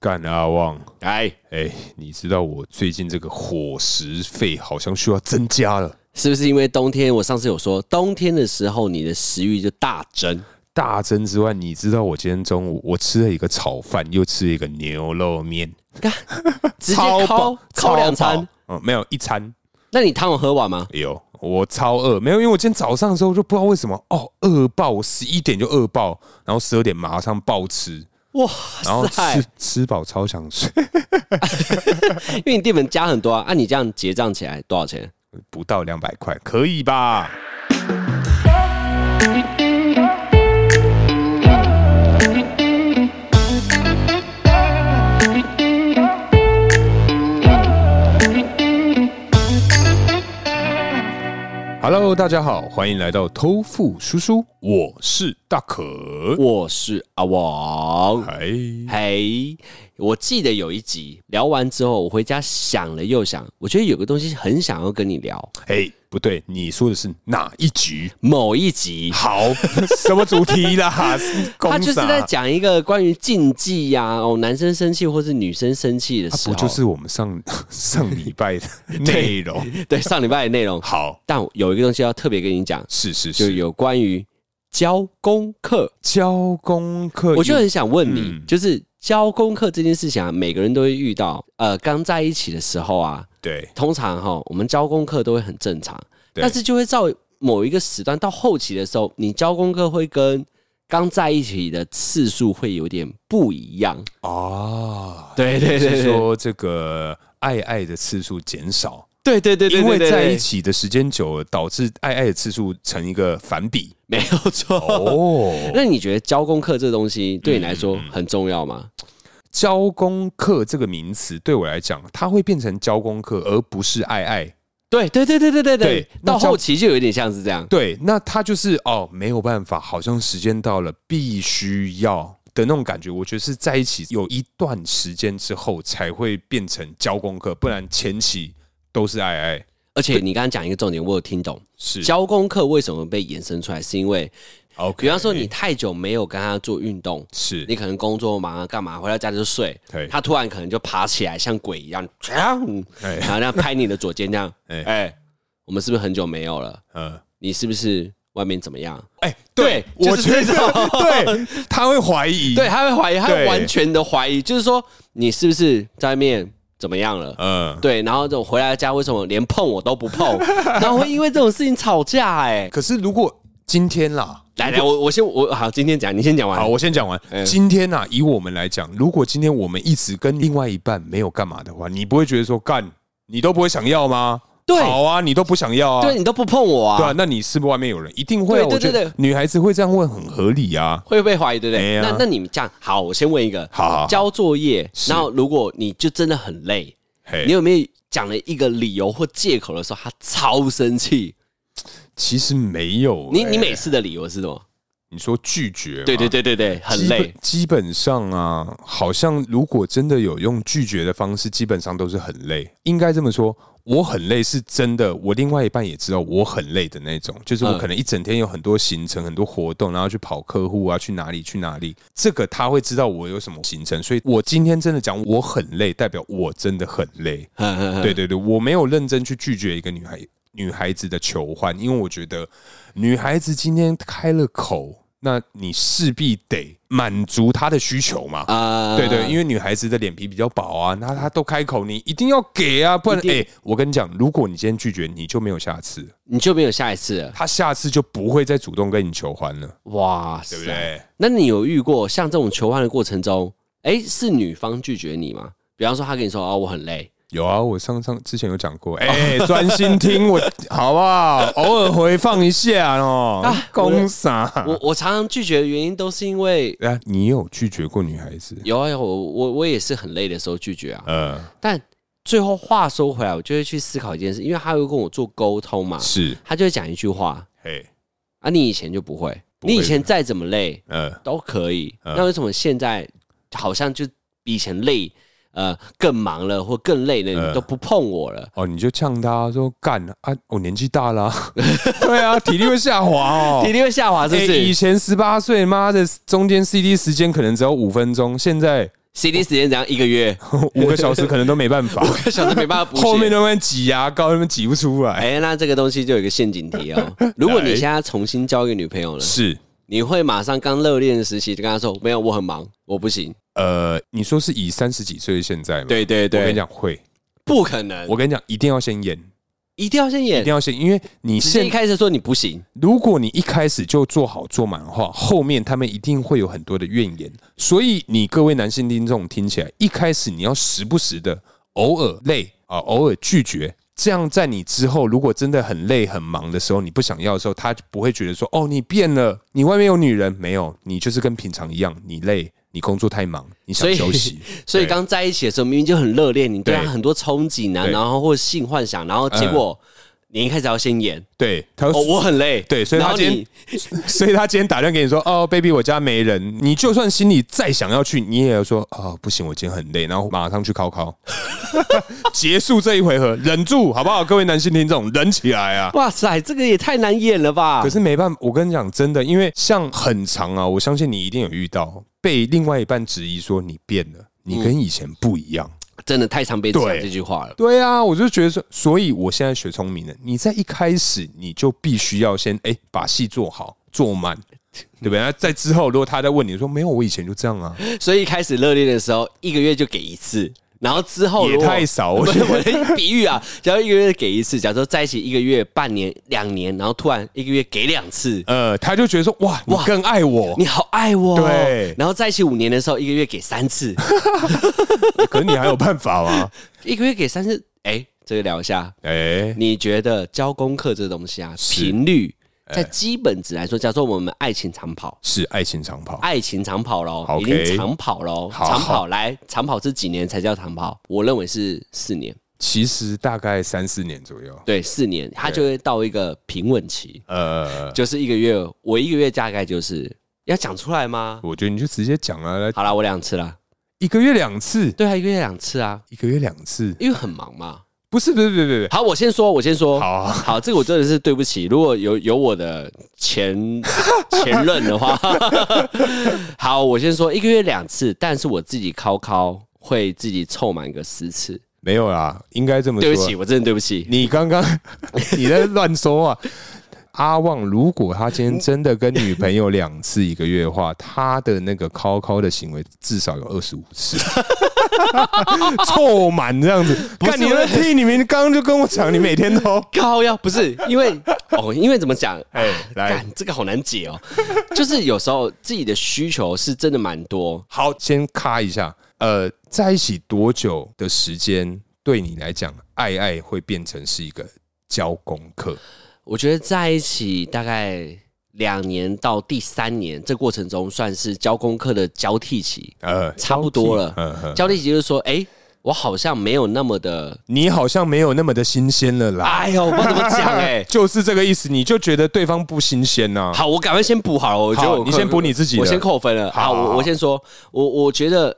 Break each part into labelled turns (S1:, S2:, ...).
S1: 干阿旺，
S2: 哎，
S1: 哎，你知道我最近这个伙食费好像需要增加了，
S2: 是不是因为冬天？我上次有说，冬天的时候你的食欲就大增。
S1: 大增之外，你知道我今天中午我吃了一个炒饭，又吃了一个牛肉面，
S2: 直接
S1: 超
S2: 烤
S1: 饱
S2: 烤两。
S1: 超
S2: 餐
S1: 饱。嗯，没有一餐，
S2: 那你汤有喝完吗？
S1: 有，我超饿，没有，因为我今天早上的时候就不知道为什么哦，饿爆，我十一点就饿爆，然后十二点马上暴吃，
S2: 哇
S1: 然 后
S2: 塞
S1: 吃！吃饱超想睡，
S2: 因为你淀粉加很多啊，啊，你这样结账起来多少钱？
S1: 不到两百块，可以吧？Hello，大家好，欢迎来到偷富叔叔，我是大可。
S2: 我是阿王。
S1: 哎，
S2: 嘿，我记得有一集聊完之后，我回家想了又想，我觉得有个东西很想要跟你聊。
S1: 哎，不对，你说的是哪一局？
S2: 某一集，
S1: 好，什么主题啦？
S2: 他
S1: 公啊
S2: 就是
S1: 啥
S2: 在讲一个关于禁忌呀、哦，男生生气或是女生生气的
S1: 啊
S2: 时
S1: 不
S2: 候，
S1: 就是我们上 上礼拜 的内容？
S2: 对上礼拜的内容。
S1: 好，
S2: 但有一个东西要特别跟你讲，
S1: 是是，
S2: 就是有关于教功课，
S1: 教功课，
S2: 我就很想问你，
S1: 嗯
S2: 就是教功课这件事情啊，每个人都会遇到。呃，刚在一起的时候啊，
S1: 对
S2: 通常哈，我们教功课都会很正常，
S1: 对
S2: 但是就会到某一个时段，到后期的时候，你教功课会跟刚在一起的次数会有点不一样。
S1: 啊，
S2: 对对
S1: 是
S2: 对对
S1: 说这个爱爱的次数减少，
S2: 对对对对，
S1: 因为在一
S2: 起
S1: 起的时间久了，导致爱爱的次数成一个反 比
S2: 没有错。
S1: 哦。嗯
S2: 那你觉得教功课这东西对你来说很重要吗？
S1: 教功课这个名词对我来讲，它会变成教功课，而不是爱爱。
S2: 对对对对对对对
S1: 对，
S2: 到
S1: 那教
S2: 后期就有点像是这样。
S1: 对，那他就是哦，没有办法，好像时间到了，必须要的那种感觉。我觉得是在一起有一段时间之后才会变成交功课，不然前期都是爱爱。
S2: 而且你刚刚讲一个重点，我有听懂。
S1: 是
S2: 教功课为什么被衍生出来？是因为，
S1: ，OK，哎
S2: 比方说你太久没有跟他做运动，
S1: 是
S2: 你可能工作忙啊，干嘛回到家就睡
S1: 对，
S2: 他突然可能就爬起来像鬼一样， 然后
S1: 哎
S2: 这样拍你的左肩，这样，
S1: 哎
S2: 哎，我们是不是很久没有了？
S1: 呃，
S2: 你是不是外面怎么样？
S1: 哎，对，
S2: 对
S1: 我
S2: 就
S1: 觉
S2: 是
S1: 得
S2: 这种
S1: 对，他会怀疑，
S2: 对，，他会怀疑，他会
S1: 对
S2: 完全的怀疑，就是说你是不是在外面怎么样了？
S1: 嗯、
S2: 对，然后这种回来家为什么连碰我都不碰，然后会因为这种事情吵架？哎，
S1: 可是如果今天啦，
S2: 来来，我我先我好，今天讲，你先讲完。
S1: 好，我先讲完。
S2: 哎
S1: 今天呐、啊，以我们来讲，如果今天我们一直跟另外一半没有干嘛的话，你不会觉得说干，你都不会想要吗？
S2: 对
S1: 好啊，你都不想要啊，
S2: 对你都不碰我啊，
S1: 对啊，那你是不是外面有人？一定会、啊，
S2: 对对
S1: 我觉
S2: 对
S1: 得女孩子会这样问很合理啊。
S2: 会被怀疑，对不
S1: 哎
S2: 对？
S1: 呀
S2: 那那你们这样好，我先问一个，
S1: 好好好
S2: 交作业，
S1: 是
S2: 然后如果你就真的很累，
S1: 嘿
S2: 你有没有讲了一个理由或借口的时候，他超生气？
S1: 其实没有、
S2: 你
S1: 哎
S2: 你每次的理由是什么？
S1: 你说拒绝嘛，
S2: 对对对对对，很
S1: 基本
S2: 累。
S1: 基本上啊，好像如果真的有用拒绝的方式，基本上都是很累。应该这么说，我很累是真的，我另外一半也知道我很累的那种，就是我
S2: 嗯
S1: 可能一整天有很多行程、很多活动，然后去跑客户啊，去哪里去哪里，这个他会知道我有什么行程，所以我今天真的讲我很累，代表我真的很累。
S2: 哼哼哼
S1: 对对对，我没有认真去拒绝一个女孩女孩子的求欢，因为我觉得女孩子今天开了口，那你势必得满足她的需求嘛。
S2: 啊
S1: 对对，因为女孩子的脸皮比较薄啊，那她都开口，你一定要给啊，不然
S2: 一定
S1: 哎、我跟你讲，如果你今天拒绝，你就没有下次，
S2: 你就没有下一次了。
S1: 她下次就不会再主动跟你求欢了，
S2: 哇
S1: 对不
S2: 塞！
S1: 对？
S2: 那你有遇过像这种求欢的过程中，哎，是女方拒绝你吗？比方说，他跟你说哦，我很累，
S1: 有啊，我上上之前有讲过，哎、专心听我 好不好？偶尔回放一下哦
S2: 啊，我的
S1: 公傻。
S2: 我我常常拒绝的原因都是因为
S1: 啊，你有拒绝过女孩子？
S2: 有啊有，我我我也是很累的时候拒绝啊。
S1: 呃，
S2: 但最后话说回来，我就会去思考一件事，因为他会跟我做沟通嘛，
S1: 是，
S2: 他就会讲一句话
S1: 嘿，
S2: 啊，你以前就不会，
S1: 不会
S2: 你以前再怎么累
S1: 呃，
S2: 都可以，
S1: 嗯
S2: 那为什么现在好像就比以前累，呃，更忙了或更累了，
S1: 嗯
S2: 你都不碰我了？
S1: 哦，你就呛他说干啊，我年纪大了啊、 对啊，体力会下滑哦，
S2: 体力会下滑，是不
S1: 哎以
S2: 是？
S1: 前十八岁，妈的，中间 CD 时间可能只有五分钟，现在
S2: CD 时间怎样？一个月
S1: 五个小时可能都没办 法，
S2: 五个小时没办法补血。
S1: 后面那边挤牙膏，那边挤不出来。
S2: 哎、那这个东西就有一个陷阱 题哦。如果你现在重新交一个女朋友了，
S1: 是，
S2: 你会马上刚热恋时期就跟她说没有，我很忙，我不行。
S1: 呃，你说是以三十几岁的现在吗？，
S2: 对对
S1: 我跟你
S2: 对，
S1: 讲会，
S2: 不可能，
S1: 我跟你讲一定要先演，
S2: 一定要先演
S1: 一定。要先，因为你
S2: 直接一
S1: 现
S2: 开始说你不行，
S1: 如果你一开始就做好做满的话，后面他们一定会有很多的怨言。所以你各位男性听众听起来，一开始你要时不时的偶尔累啊、偶尔拒绝。这样，在你之后如果真的很累很忙的时候，你不想要的时候，他就不会觉得说哦，你变了，你外面有女人没有？你就是跟平常一样，你累，你工作太忙，你
S2: 所
S1: 想
S2: 以
S1: 休息。
S2: 所以
S1: 对
S2: 刚在一起的时候明明就很热恋，你对他
S1: 对
S2: 很多憧憬啊，
S1: 对
S2: 然后或者性幻想，然后结果你一开始要先演，
S1: 对，他
S2: 哦，我很累，
S1: 呃对，所以
S2: 然
S1: 他
S2: 后
S1: 今
S2: 你
S1: 天， 所以他今天打电话给你说：“哦，baby，我家没人。”你就算心里再想要去，你也要说：“哦，不行，我今天很累。”然后马上去考考， 结束这一回合，忍住好不好？各位男性听众，忍起来啊！
S2: 哇塞，这个也太难演了吧？
S1: 可是没办法，我跟你讲，真的，因为像很长啊，我相信你一定有遇到被另外一半质疑说你变了，你跟以前不一样。
S2: 真的太常被讲
S1: 对
S2: 这句话了。
S1: 对啊，我就觉得说，所以我现在学聪明了。你在一开始你就必须要先哎、把戏做好做 满，对不对？那在之后，如果他在问你说没有，我以前就这样 啊，
S2: 所以一开始热恋的时候，一个月就给一次，然后之后
S1: 也
S2: 如果
S1: 太少。我
S2: 不
S1: 觉
S2: 是
S1: 得
S2: 我的比喻啊，假如一个月给一次，假如说在一起一个月、半年、两年，然后突然一个月给两次，
S1: 呃，他就觉得说哇，你更爱我，
S2: 你好爱我哦。
S1: 对
S2: 然后在一起五年的时候，一个月给三 次，
S1: 可是你还有办法 吗？
S2: 一个月给三次，哎、这个聊一下，
S1: 哎、
S2: 你觉得交功课这东西啊，频率在基本值
S1: 哎
S2: 来说，假如说我们爱情长跑，
S1: 是爱情长跑，
S2: 爱情长跑喽，
S1: OK
S2: 已经长跑喽，
S1: 好
S2: 长跑来，长跑是几年才叫长跑？我认为是四年，
S1: 其实大概三四年左 右。
S2: 对，四年，它就会到一个平稳期，
S1: 呃，
S2: 就是一个月，我一个月大概就是要讲出来吗？
S1: 我觉得你就直接讲啊，来
S2: 好啦，我两次啦，
S1: 一个月两次，
S2: 对啊，一个月两次啊，
S1: 一个月两次，
S2: 因为很忙嘛。
S1: 不是不是不是不是，
S2: 好，我先说，我先说，
S1: 好啊
S2: 好，这个我真的是对不起，如果有有我的前 前任的话，好，我先说一个月两次，但是我自己敲敲会自己凑满个十次。
S1: 没有啦，应该这么说。
S2: 对不起，我真的对不 起。
S1: 你刚刚你在乱说话。阿旺，如果他今天真的跟女朋友两次一个月的话，他的那个抠抠的行为至少有二十五次，凑满这样子。
S2: 是
S1: 看你
S2: 我
S1: 们屁，你们刚刚就跟我讲，你每天都
S2: 高要不是因为 哦，因为怎么讲？
S1: 哎来
S2: 干这个好难解 哦。就是有时候自己的需求是真的蛮多，
S1: 好。先咔一下，呃，在一起多久的时间对你来讲，爱爱会变成是一个交功课？
S2: 我觉得在一起大概两年到第三年这过程中，算是交功课的交替期。
S1: 呃，
S2: 差不多了
S1: 嗯哼
S2: 交替期就是说，哎、我好像没有那么的，
S1: 你好像没有那么的新鲜了啦。
S2: 哎呦，我不知道怎么讲哎、
S1: 就是这个意思，你就觉得对方不新鲜呐、
S2: 好，我赶快先补好了，我觉得
S1: 啊好
S2: 我
S1: 你先补你自己的
S2: 我先扣分了。
S1: 好好
S2: 好，
S1: 好
S2: 我我先说，我我觉得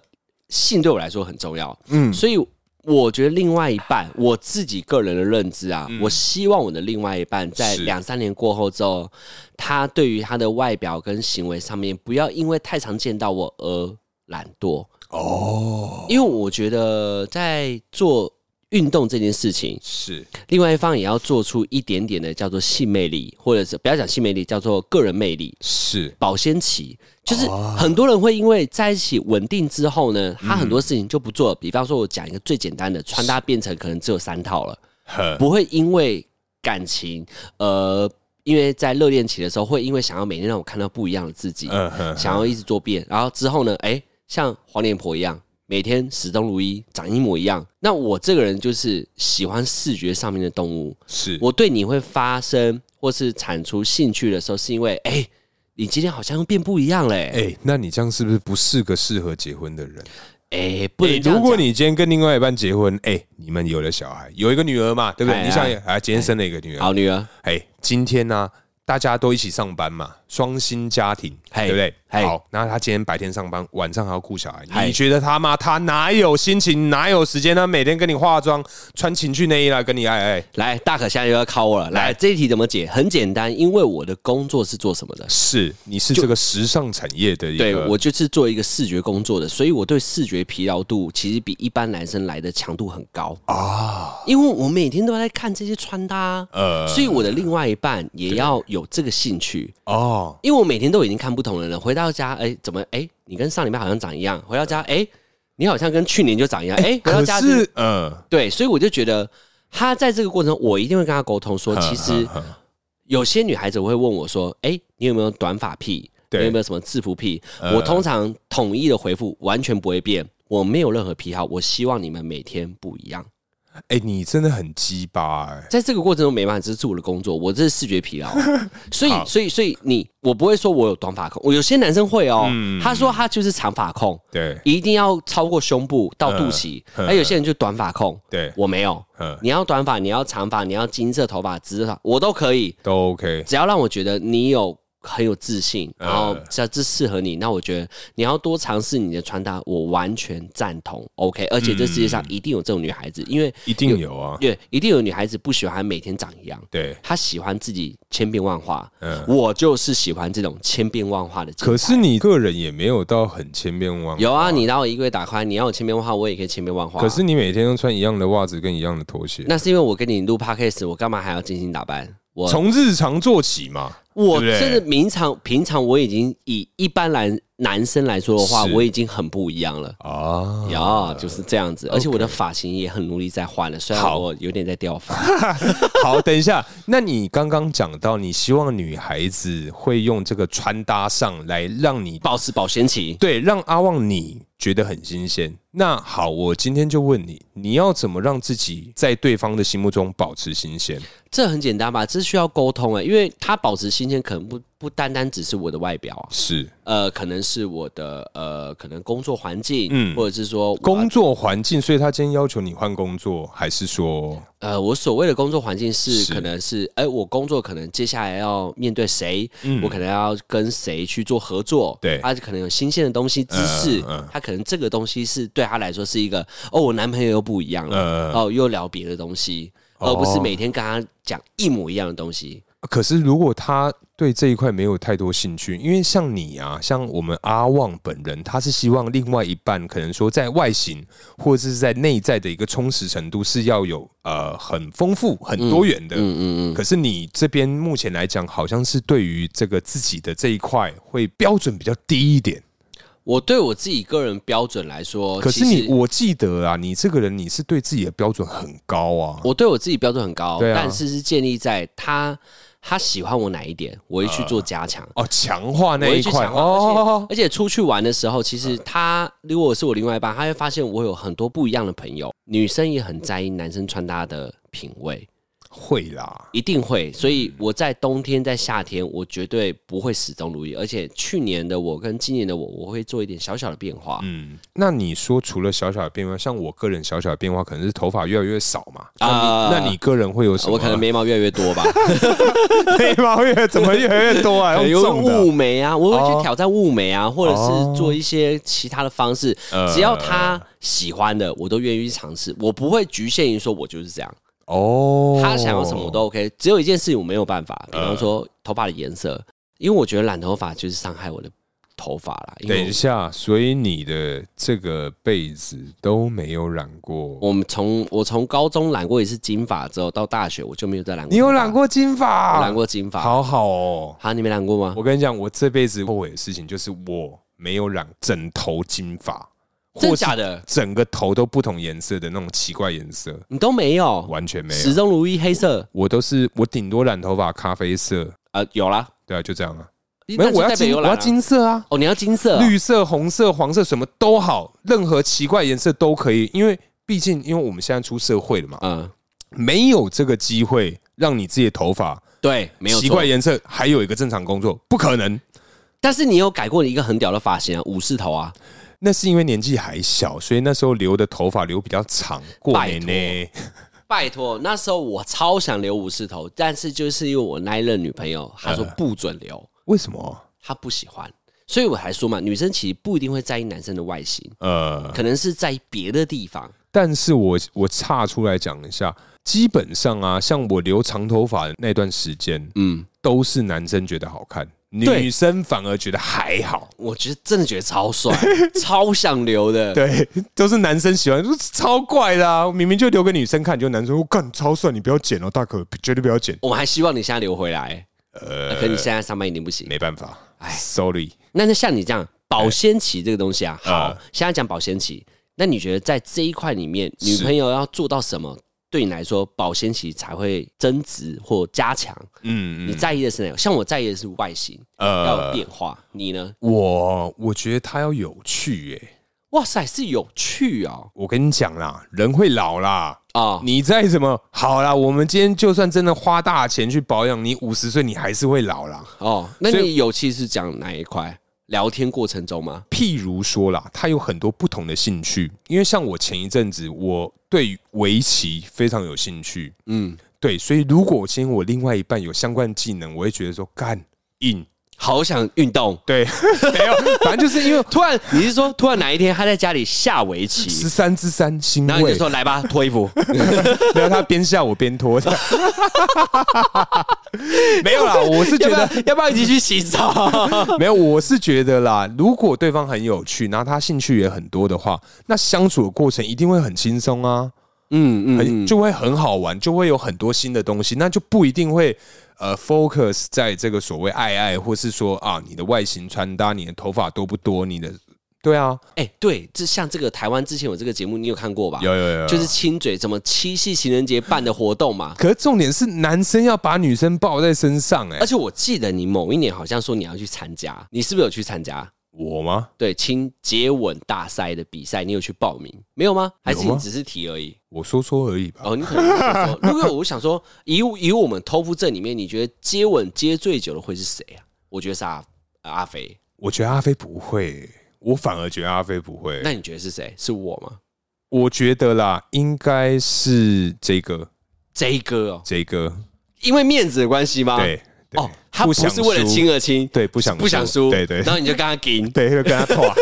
S2: 性对我来说很重要，
S1: 嗯
S2: 嗯，所以我觉得另外一半，我自己个人的认知啊，我希望我的另外一半在
S1: 嗯是
S2: 两三年过后之后，他对于他的外表跟行为上面，不要因为太常见到我而懒惰，
S1: 哦，
S2: 因为我觉得在做运动这件事情，
S1: 是
S2: 另外一方也要做出一点点的叫做性魅力，或者是不要讲性魅力，叫做个人魅力。
S1: 是，
S2: 保鲜期，就是
S1: 哦
S2: 很多人会因为在一起稳定之后呢，
S1: 嗯
S2: 他很多事情就不做了。比方说，我讲一个最简单的，穿搭变成可能只有三套了，
S1: 呵
S2: 不会因为感情，呃，因为在热恋期的时候，会因为想要每天让我看到不一样的自己，
S1: 嗯哼，
S2: 想要一直做变，然后之后呢，哎、像黄脸婆一样，每天始终如一，长一模一样。那我这个人就是喜欢视觉上面的动物，
S1: 是
S2: 我对你会发生或是产出兴趣的时候，是因为哎、你今天好像又变不一样了、
S1: 哎、那你这样是不是不是个适合结婚的人？
S2: 哎、不能
S1: 哎
S2: 这
S1: 如
S2: 样
S1: 果
S2: 讲。
S1: 你今天跟另外一半结婚，哎、你们有了小孩，有一个女儿嘛，对不对？
S2: 哎
S1: 你想啊
S2: 哎
S1: 啊，今天生了一个女儿，
S2: 好女儿，
S1: 哎、今天呢、大家都一起上班嘛，双薪家庭，
S2: 嘿
S1: 对不对？
S2: 嘿
S1: 好，那他今天白天上班，晚上还要顾小孩，
S2: 嘿
S1: 你觉得他妈他哪有心情，哪有时间？他每天跟你化妆，穿情趣内衣来跟你哎爱爱，
S2: 来，大可现在又要考我了。来，这一题怎么解？很简单，因为我的工作是做什么的？
S1: 是你是这个时尚产业的一个，
S2: 对我就是做一个视觉工作的，所以我对视觉疲劳度其实比一般男生来的强度很高啊。因为我每天都在看这些穿搭，啊
S1: 呃
S2: 所以我的另外一半也要有这个兴趣。
S1: 哦，
S2: 因为我每天都已经看不同人了，回到家，哎，怎么，哎，你跟上礼拜好像长一样，回到家，哎，你好像跟去年就长一样，哎，回到
S1: 可
S2: 家
S1: 是呃，
S2: 对，所以我就觉得他在这个过程中，我一定会跟他沟通说，其实有些女孩子会问我说：“哎、你有没有短发癖？
S1: 对
S2: 你有没有什么制服癖？”我通常统一的回复完全不会变，我没有任何癖好，我希望你们每天不一样。
S1: 哎，你真的很鸡巴哎，
S2: 在这个过程中没办法，这是我的工作，我这是视觉疲劳，所以所以所以你我不会说我有短发控，我有些男生会哦，他说他就是长发控，
S1: 对
S2: 一定要超过胸部到肚脐，而有些人就短发控，
S1: 对，
S2: 我没有，
S1: 嗯，
S2: 你要短发，你要长发，你要金色头发、直发，我都可以，
S1: 都 OK，
S2: 只要让我觉得你有很有自信，然后这这适合你，那我觉得你要多尝试你的穿搭，我完全赞同。OK，而且这世界上一定有这种女孩子，因为
S1: 一定有啊，
S2: 因为一定有女孩子不喜欢每天长一样，
S1: 对，
S2: 她喜欢自己千变万化。
S1: 嗯。
S2: 我就是喜欢这种千变万化的精彩。
S1: 可是你个人也没有到很千变万化，
S2: 有啊，你把我衣柜打开，你要有千变万化，我也可以千变万化啊。
S1: 可是你每天都穿一样的袜子跟一样的拖鞋，
S2: 那是因为我跟你录 podcast，我干嘛还要精心打扮？我
S1: 从日常做起嘛。
S2: 我
S1: 对不对
S2: 真的平常平常我已经以一般男男生来说的话，
S1: 是
S2: 我已经很不一样了。
S1: 啊，
S2: 呀、就是这样子，而且我的发型也很努力在换了，虽然
S1: 好
S2: 我有点在掉发。
S1: 好，等一下，那你刚刚讲到，你希望女孩子会用这个穿搭上来让你
S2: 保持保鲜期，
S1: 对，让阿旺你觉得很新鲜。那好，我今天就问你，你要怎么让自己在对方的心目中保持新鲜？
S2: 这很简单吧？这需要沟通哎、因为他保持新鲜，可能不不单单只是我的外表啊，
S1: 是
S2: 呃，可能是我的呃，可能工作环境，
S1: 嗯
S2: 或者是说我
S1: 工作环境，所以他今天要求你换工作，还是说
S2: 呃，我所谓的工作环境是，
S1: 是
S2: 可能是，哎、我工作可能接下来要面对谁，我可能要跟谁去做合作，
S1: 嗯对
S2: 他可能有新鲜的东西、知识，
S1: 嗯嗯
S2: 他可能这个东西是对他来说是一个，哦，我男朋友又不一样了，哦，又聊别的东西，而不是
S1: 嗯哦
S2: 每天跟他讲一模一样的东西。
S1: 可是，如果他对这一块没有太多兴趣，因为像你啊，像我们阿旺本人，他是希望另外一半可能说在外形或者是在内在的一个充实程度是要有呃很丰富、很多元的。
S2: 嗯嗯嗯，
S1: 可是你这边目前来讲，好像是对于这个自己的这一块会标准比较低一点。
S2: 我对我自己个人标准来说，
S1: 可是
S2: 哦其
S1: 你，
S2: 实
S1: 我记得啊，你这个人你是对自己的标准很高啊。
S2: 我对我自己标准很高，
S1: 对啊
S2: 但是是建立在他他喜欢我哪一点，我会去做加强。
S1: 哦，强化那
S2: 我会
S1: 一
S2: 去
S1: 块
S2: 强化，
S1: 哦，嗯
S2: 而且出去玩的时候，其实他如果是我另外一半，他会发现我有很多不一样的朋友，女生也很在意男生穿搭的品味，
S1: 会啦，
S2: 一定会。所以我在冬天，在夏天，我绝对不会始终如一。而且去年的我跟今年的我，我会做一点小小的变化
S1: 嗯，那你说除了小小的变化，像我个人小小的变化，可能是头发越来越少嘛？
S2: 啊
S1: 那你个人会有什么？啊
S2: 我 可能眉毛越来越多吧，
S1: 眉毛越怎么越来越多 啊？
S2: 可能
S1: 用
S2: 有
S1: 重的
S2: 雾眉啊，我会
S1: 哦
S2: 去挑战雾眉啊，或者
S1: 哦
S2: 是做一些其他的方式，
S1: 呃
S2: 只要他喜欢的，我都愿意去尝试。我不会局限于说我就是这样。
S1: 哦，嗯
S2: 他想要什么我都 OK，只有一件事情我没有办法，比方说头发的颜色，因为我觉得染头发就是伤害我的头发啦。因
S1: 等
S2: 为
S1: 一下，所以你的这个被子都没有染过，
S2: 我们从我从高中染过一次金发之后，到大学我就没有再染过。
S1: 你有染？过金
S2: 我
S1: 发？
S2: 染，过金发。
S1: 好好哦。
S2: 好，你没染过吗？
S1: 我跟你讲，我这辈子后悔的事情就是我没有染整头金发，或
S2: 真
S1: 是
S2: 的假的？
S1: 整个头都不同颜色的那种奇怪颜色，
S2: 你都没有，
S1: 完啊全没有。
S2: 始终如一黑色
S1: 我都是我顶多染头发咖啡色，
S2: 啊，有啦。
S1: 对啊，就这样啊。没
S2: 那
S1: 有，
S2: 就
S1: 我要
S2: 代表
S1: 金，
S2: 有
S1: 我
S2: 染
S1: 要
S2: 啊
S1: 金色啊，
S2: 哦，你要金色啊，
S1: 绿色、红色、黄色什么都好，任何奇怪颜色都可以，因为毕竟因为我们现在出社会了嘛，
S2: 嗯，
S1: 没有这个机会让你自己的头发
S2: 对，没有
S1: 奇
S2: 错
S1: 怪。颜色还有一个正常工作，不可能。
S2: 但是你有改过一个很屌的发型啊，武士头啊，
S1: 那是因为年纪还小，所以那时候留的头发留比较长，过
S2: 拜
S1: 年呢，
S2: 拜托，那时候我超想留武士头，但是就是因为我那一任女朋友，她说不准留，
S1: 为什么？
S2: 她不喜欢，所以我还说嘛，女生其实不一定会在意男生的外形，
S1: 呃，
S2: 可能是在意别的地方。
S1: 但是我我岔出来讲一下，基本上啊，像我留长头发的那段时间，
S2: 嗯，
S1: 都是男生觉得好看，
S2: 对
S1: 女生反而觉得还好。
S2: 我觉得真的觉得超帅，超想留 的。
S1: 对，都是男生喜欢，就是超怪的啊！明明就留给女生看，就男生说干超帅，你不要剪哦，大可绝对不要剪。
S2: 我们还希望你现在留回来，呃，可你现在上班一定不行。
S1: 没办法，哎，sorry，
S2: 那那像你这样保鲜期这个东西啊，
S1: 哎
S2: 好
S1: 呃，
S2: 现在讲保鲜期，那你觉得在这一块里面，
S1: 是
S2: 女朋友要做到什么，对你来说保鲜期才会增值或加强？
S1: 嗯
S2: 你
S1: 嗯，
S2: 在意的是哪个？像我在意的是外形要有
S1: 呃，
S2: 变化，你呢？
S1: 我我觉得他要有趣耶、
S2: 哇塞，是有趣哦！
S1: 我跟你讲啦，人会老啦。
S2: 啊，
S1: 你再怎么好啦，我们今天就算真的花大钱去保养，你五十岁你还是会老啦。
S2: 哦，那
S1: 所以
S2: 你有趣是讲哪一块？聊天过程中吗？
S1: 譬如说啦，他有很多不同的兴趣，因为像我前一阵子，我对围棋非常有兴趣，
S2: 嗯，
S1: 对，所以如果我今天我另外一半有相关技能，我会觉得说干硬，
S2: 好想运动。
S1: 对， 没有，反正就是因为
S2: 突然，你是说突然哪一天他在家里下围棋
S1: 十，三之三星
S2: 然后你
S1: 位
S2: 就，说来吧，脱 衣服。
S1: 然后他边下我边拖 的，没有啦，我是觉
S2: 要不
S1: 得
S2: 要要不要一起去 洗澡？
S1: 没有，我是觉得啦，如果对方很有趣，然后他兴趣也很多的话，那相处的过程一定会很轻松啊，
S2: 嗯
S1: 很
S2: 嗯，
S1: 就会很好玩，就会有很多新的东西，那就不一定会呃 focus 在这个所谓爱爱，或是说啊你的外形穿搭、你的头发多不多、你的对啊，
S2: 哎、对，这像这个台湾之前有这个节目，你有看过吧？
S1: 有有有，
S2: 就是亲嘴怎么七夕情人节办的活动嘛。
S1: 可是重点是男生要把女生抱在身上、欸，
S2: 而且我记得你某一年好像说你要去参加，你是不是有去参加？
S1: 我吗？
S2: 对，亲接吻大赛的比赛，你有去报名没有吗？还是
S1: 有
S2: 你
S1: 吗
S2: 只是提而已？
S1: 我说说而已吧。
S2: 哦，你可能是想说，如果我想说，以以我们偷夫证里面，你觉得接吻接最久的会是谁啊？我觉得是阿阿飞，
S1: 我觉得阿飞不会、我反而觉得阿飞不会。
S2: 那你觉得是谁？是我吗
S1: 我觉得啦，应该是这个
S2: ？J 哥哦，
S1: 这个，
S2: 因为面子的关系吗？
S1: 对对
S2: 哦，他不
S1: 想
S2: 是为了
S1: 输
S2: 亲而亲，
S1: 对不想
S2: 不想
S1: 输
S2: 输，
S1: 对对，
S2: 然后你就跟他顶
S1: 对，就跟他 拖啊，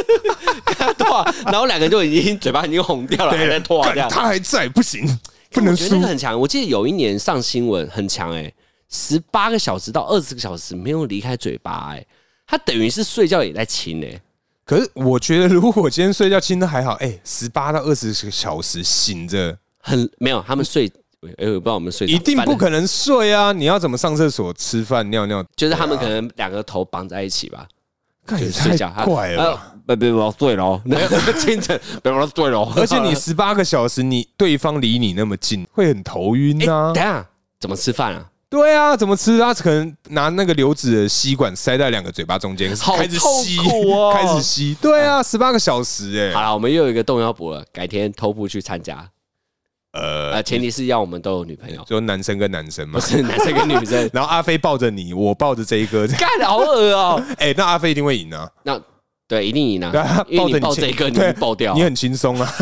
S2: 对啊，然后两个就已经嘴巴已经红掉了，还在拖这
S1: 干
S2: 样，
S1: 他还在，不行，不能
S2: 我觉得
S1: 输
S2: 那个。很强。我记得有一年上新闻很强，哎，十八个小时到二十个小时没有离开嘴巴，哎，他等于是睡觉也在亲，哎，
S1: 可是我觉得，如果我今天睡觉亲的还好，哎、十八到二十个小时醒着，
S2: 很没有，他们睡，哎，我不知道我们睡着，
S1: 一定
S2: 反
S1: 不
S2: 正
S1: 可能睡啊！你要怎么上厕所、吃饭、尿尿？
S2: 就是他们可能两个头绑在一起吧，
S1: 看
S2: 就
S1: 也
S2: 是睡
S1: 太
S2: 觉，他
S1: 怪了吧。，
S2: 别别别对了，没有清晨，别别对了，
S1: 而且你十八个小时，你对方离你那么近，会很头晕
S2: 哎，
S1: 呐、
S2: 等一下怎么吃饭啊？
S1: 对啊，怎么吃？他可能拿那个流质的吸管塞在两个嘴巴中间，
S2: 好
S1: 开始吸
S2: 痛苦哦，
S1: 开始吸。对啊，十八个小时、
S2: 好
S1: 哎，
S2: 了，我们又有一个动摇补了，改天偷步去参加。呃，前提是要我们都有女朋友，
S1: 就男生跟男生嘛。
S2: 不。是男生跟女生
S1: 然后阿飞抱着你，我抱着这一个，
S2: 干好恶哦、
S1: 哎、那阿飞一定会赢啊！
S2: 那对，一定赢
S1: 对啊
S2: 啊！因为你
S1: 抱
S2: 抱
S1: 着
S2: 这
S1: 你
S2: 一
S1: 亲
S2: 个，你会爆掉
S1: 你，很轻松啊，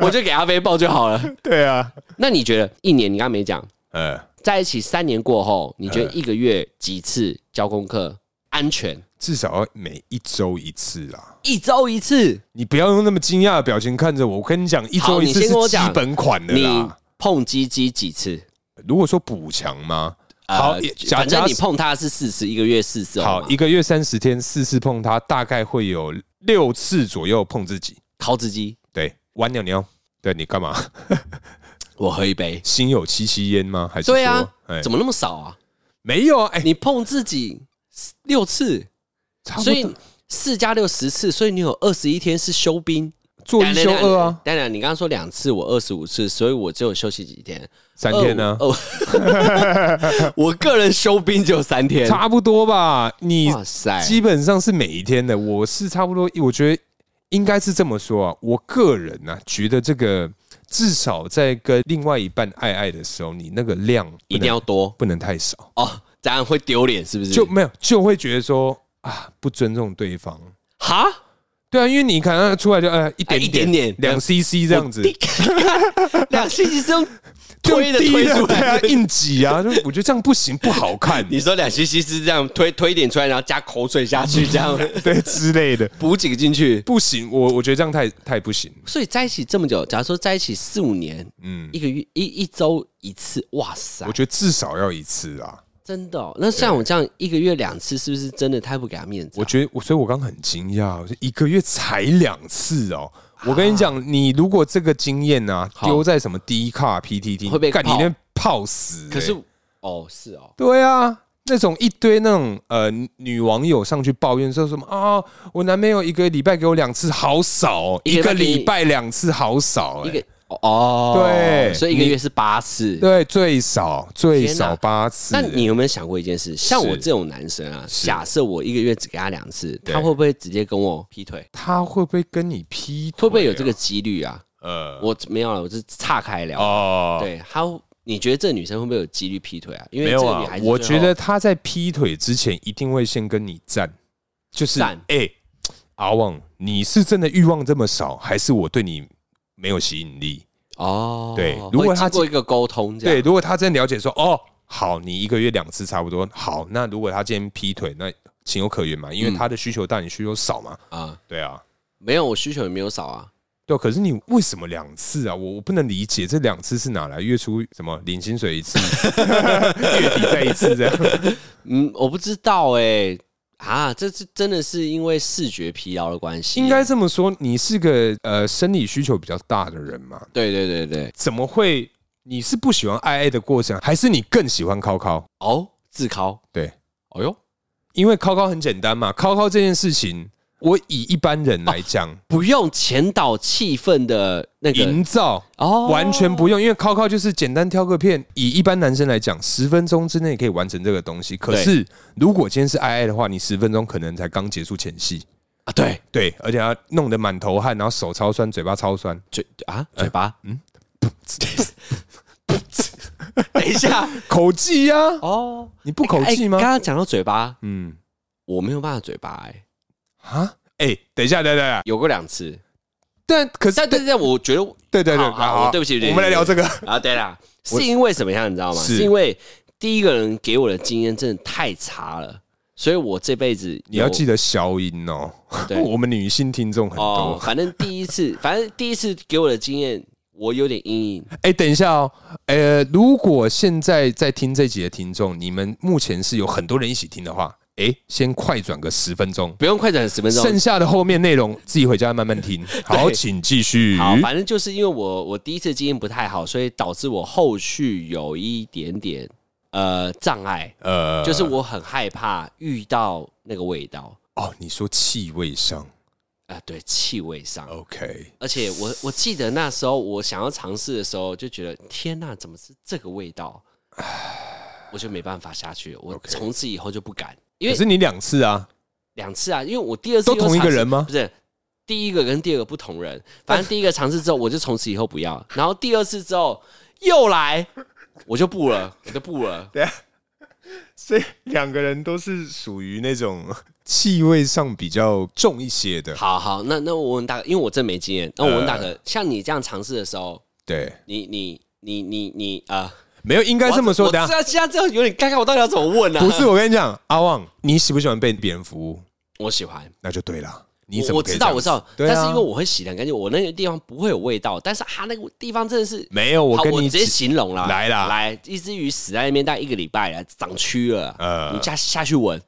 S2: 我就给阿飞抱就好了。
S1: 对啊，
S2: 那你觉得一年？你刚刚没讲，
S1: 呃，
S2: 在一起三年过后，你
S1: 嗯
S2: 觉得一个月几次交功课安全？
S1: 至少要每一周一次啦。
S2: 一周一次，
S1: 你不要用那么惊讶的表情看着我，我跟你讲，一周
S2: 好
S1: 一次
S2: 你先跟
S1: 是
S2: 我
S1: 基
S2: 讲
S1: 本款的
S2: 你
S1: 啦。
S2: 碰鸡鸡几次？
S1: 如果说补强吗？
S2: 呃
S1: 好也假
S2: 反正
S1: 假
S2: 你碰它是四次，一个月四次，哦
S1: 好，一
S2: 一
S1: 个月三十天，四次碰它，大概会有六次左右碰自己。
S2: 烤子鸡，
S1: 对，玩鸟鸟，对你干嘛？
S2: 我喝一杯。
S1: 心有戚戚焉吗？还是
S2: 对啊
S1: 说哎
S2: 怎么那么少啊？
S1: 没有啊？哎、
S2: 你碰自己六次，
S1: 差不
S2: 所
S1: 多
S2: 以四加六十次，所以你有二十一天是休兵。
S1: 做一休二啊，
S2: 当然，你刚刚说两次，我二十五次，所以我只有休息几天，
S1: 三天啊呢、
S2: 二五？二 我个人休兵只有三天。
S1: 差不多吧？你
S2: 哇塞！
S1: 基本上是每一天的，我是差不多，我觉得应该是这么说啊。我个人呢、啊，觉得这个至少在跟另外一半爱爱的时候，你那个量不能
S2: 一定要多
S1: 不能太少，
S2: 哦，这样会丢脸是不是？
S1: 就没有就会觉得说啊，不尊重对方。
S2: 哈，
S1: 对啊，因为你看他出来就呃一点
S2: 哎一点点
S1: 两 CC 这样子，
S2: 两星期是用推的
S1: 用
S2: 推
S1: 低
S2: 出
S1: 对啊
S2: 来，
S1: 硬挤啊，就我觉得这样不行，不好看，
S2: 你说两 cc 是这样推推一点出来，然后加口水下去，这样
S1: 对之类的，
S2: 补几个进去。
S1: 不行，我我觉得这样太太不行，
S2: 所以在一起这么久，假如说在一起四五年，
S1: 嗯，
S2: 一个月一一周一次，哇塞
S1: 我，觉得至少要一次啊，
S2: 真的、哦。那像我这样一个月两次，是不是真的太不给他面子、啊
S1: 我觉得我，所以我刚刚很惊讶，我说一个月才两次哦。我跟你讲，你如果这个经验呢、啊、
S2: 好
S1: 丢在什么 D 卡 PTT，
S2: 会被
S1: 干你
S2: 泡
S1: 那边泡死、
S2: 可是
S1: 欸
S2: 哦，是哦，
S1: 对啊，那种一堆那种呃女网友上去抱怨说什么啊，我男朋友一个礼拜给我两次，好少、哦，
S2: 一
S1: 一
S2: 个
S1: 个
S2: 礼拜给你
S1: 礼拜两次，好少、欸，
S2: 一个哦，
S1: 对
S2: 所以一个月是八次。
S1: 对，最少最
S2: 天哪
S1: 少八次、
S2: 那
S1: 欸。
S2: 你有没有想过一件事？像我
S1: 是
S2: 这种男生啊，假设我一个月只给他两次，他会不会直接跟我劈腿？
S1: 他会啊不会跟你劈腿啊、
S2: 会不会有这个几率啊？
S1: 呃
S2: 我没有了，我是岔开聊。
S1: 哦？
S2: 对，他你觉得这女生会不会有几率劈腿啊？因
S1: 没
S2: 为这
S1: 有
S2: 个女
S1: 啊
S2: 孩，子最后，哦
S1: 我觉得他在劈腿之前一定会先跟你站，就是
S2: 赞
S1: 哎、阿旺，你是真的欲望这么少，还是我对你没有吸引力？
S2: 哦，
S1: 对
S2: 会
S1: 如果他
S2: 经过一个沟通，这
S1: 对，
S2: 样
S1: 如果他真了解说，哦，好，你一个月两次差不多，好，那如果他今天劈腿，那情有可原嘛，因为他的需求大，你需求少嘛，
S2: 嗯啊，
S1: 对啊。
S2: 没有，我需求也没有少啊。
S1: 对啊，可是你为什么两次啊？我我不能理解这两次是哪来？月初什么领薪水一次， 月底再一次这样。
S2: 嗯，我不知道哎、啊，这是真的是因为视觉疲劳的关系、
S1: 应该这么说，你是个呃生理需求比较大的人嘛？
S2: 对对对对，
S1: 怎么会？你是不喜欢爱爱的过程，还是你更喜欢靠靠？
S2: 哦，自考，
S1: 对，
S2: 哎呦，
S1: 因为靠靠很简单嘛，靠靠这件事情，我以一般人来讲，
S2: 不用前导气氛的那个
S1: 营造
S2: 哦，
S1: 完全不用，因为靠靠就是简单挑个片，以一般男生来讲，十分钟之内可以完成这个东西。可是如果今天是爱爱的话，你十分钟可能才刚结束前戏，
S2: 啊，对
S1: 对，而且要弄得满头汗，然后手超酸，嘴巴超酸。
S2: 嘴啊嘴
S1: 呃
S2: 巴，嗯， 等一下
S1: 口技呀、啊，
S2: 哦，
S1: 你 不口技吗
S2: 哎刚？刚讲到嘴巴，
S1: 嗯
S2: 我没有办法嘴巴哎、
S1: 啊，哎、等一下，等一下等一下，
S2: 有过两次，
S1: 但可是
S2: 但但但我觉得
S1: 对对对，
S2: 好好对不起对不起
S1: 我们来聊这个。
S2: 啊，对啦，是因为什么样你知道吗？
S1: 是
S2: 是因为第一个人给我的经验真的太差了，所以我这辈子
S1: 你要记
S2: 得
S1: 得消音哦，
S2: 对
S1: 我们女性听众很
S2: 哦
S1: 多。。
S2: 反正第一次， 反正第一次给我的经验，我有点阴影。
S1: 哎、等一下哦，呃，如果现在在听这集的听众，你们目前是有很多人一起听的话，哎、先快转个十分钟，
S2: 不用快转十分钟
S1: 剩，下的后面内容自己回家慢慢 听。好，请继续。
S2: 好，反正就是因为我我第一次经验不太好，所以导致我后续有一点点呃障碍，
S1: 呃，
S2: 就是我很害怕遇到那个味道
S1: 哦，你说气味上
S2: 啊、对气味上。
S1: ，OK，
S2: 而且我我记得那时候我想要尝试的时候，就觉得天呐，怎么是这个味 道？我就没办法下去了，我
S1: OK
S2: 从此以后就不敢，因
S1: 可
S2: 为
S1: 是你两次啊，
S2: 两次啊，因为我第二次
S1: 都
S2: 又尝
S1: 同一个
S2: 试
S1: 人吗
S2: 不是第一个跟第二个不 同人，反正第一个尝试之后，我就从此以后不要，然后第二次之后又来，我就不了，我就不了。
S1: 所以两个人都是属于那种 气味上比较重一些的。
S2: 好好，那那我问大哥，因为我真没经验，那我问大哥，
S1: 呃
S2: 像你这样尝试的时候，
S1: 对，
S2: 你你你你你啊，
S1: 没有应该
S2: 该
S1: 这么说。
S2: 我
S1: 等一下
S2: 这样这样这样有点尴尬，我到底要怎么问呢、啊？
S1: 不是，我跟你讲，阿旺，你喜不喜欢被别人服务，
S2: 我喜欢。
S1: 那就对了。你
S2: 我
S1: 怎么
S2: 我
S1: 可以
S2: 知道
S1: 这样
S2: 我知道，
S1: 对啊
S2: 但是因为我会洗的很干净，我那个地方不会有味道，但是啊它那个地方真的是，
S1: 没有？我
S2: 好
S1: 跟
S2: 我
S1: 你
S2: 直接
S1: 只
S2: 形容啦，
S1: 来啦
S2: 来，一只鱼死在那边大概一个礼拜了，长蛆了，
S1: 呃
S2: 你下下去闻，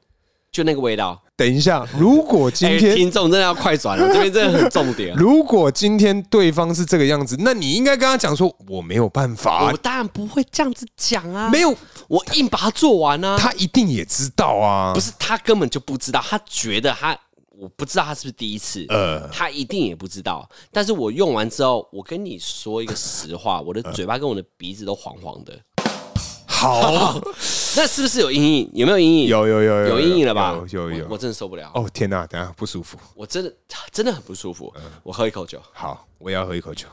S2: 就那个味道。
S1: 等一下，如果今
S2: 哎，
S1: 天
S2: 听众真的要快 转了，这边真的很重点。
S1: 如果今天对方是这个样子，那你应该跟他讲说我没有办法
S2: 我，哦当然不会这样子讲啊，
S1: 没有，
S2: 我硬把它做完啊。
S1: 他一定也知道啊
S2: 不。是他根本就不知道，他觉得他我不知道他是不是第一次，
S1: 呃
S2: 他一定也不知道。但是我用完之后，我跟你说一个实话，我的嘴巴跟我的鼻子都黄黄
S1: 呃
S2: 的，
S1: 好，
S2: 那是不是有阴影？有没有阴影？
S1: 有有有有
S2: 有阴影了吧？
S1: 有有
S2: 我我
S1: 有。
S2: 真的受不了，
S1: 哦天哪，等一下不舒服。
S2: 我真的 真的很不舒服。
S1: 嗯
S2: 我喝一口酒，
S1: 好，我也要喝一口酒。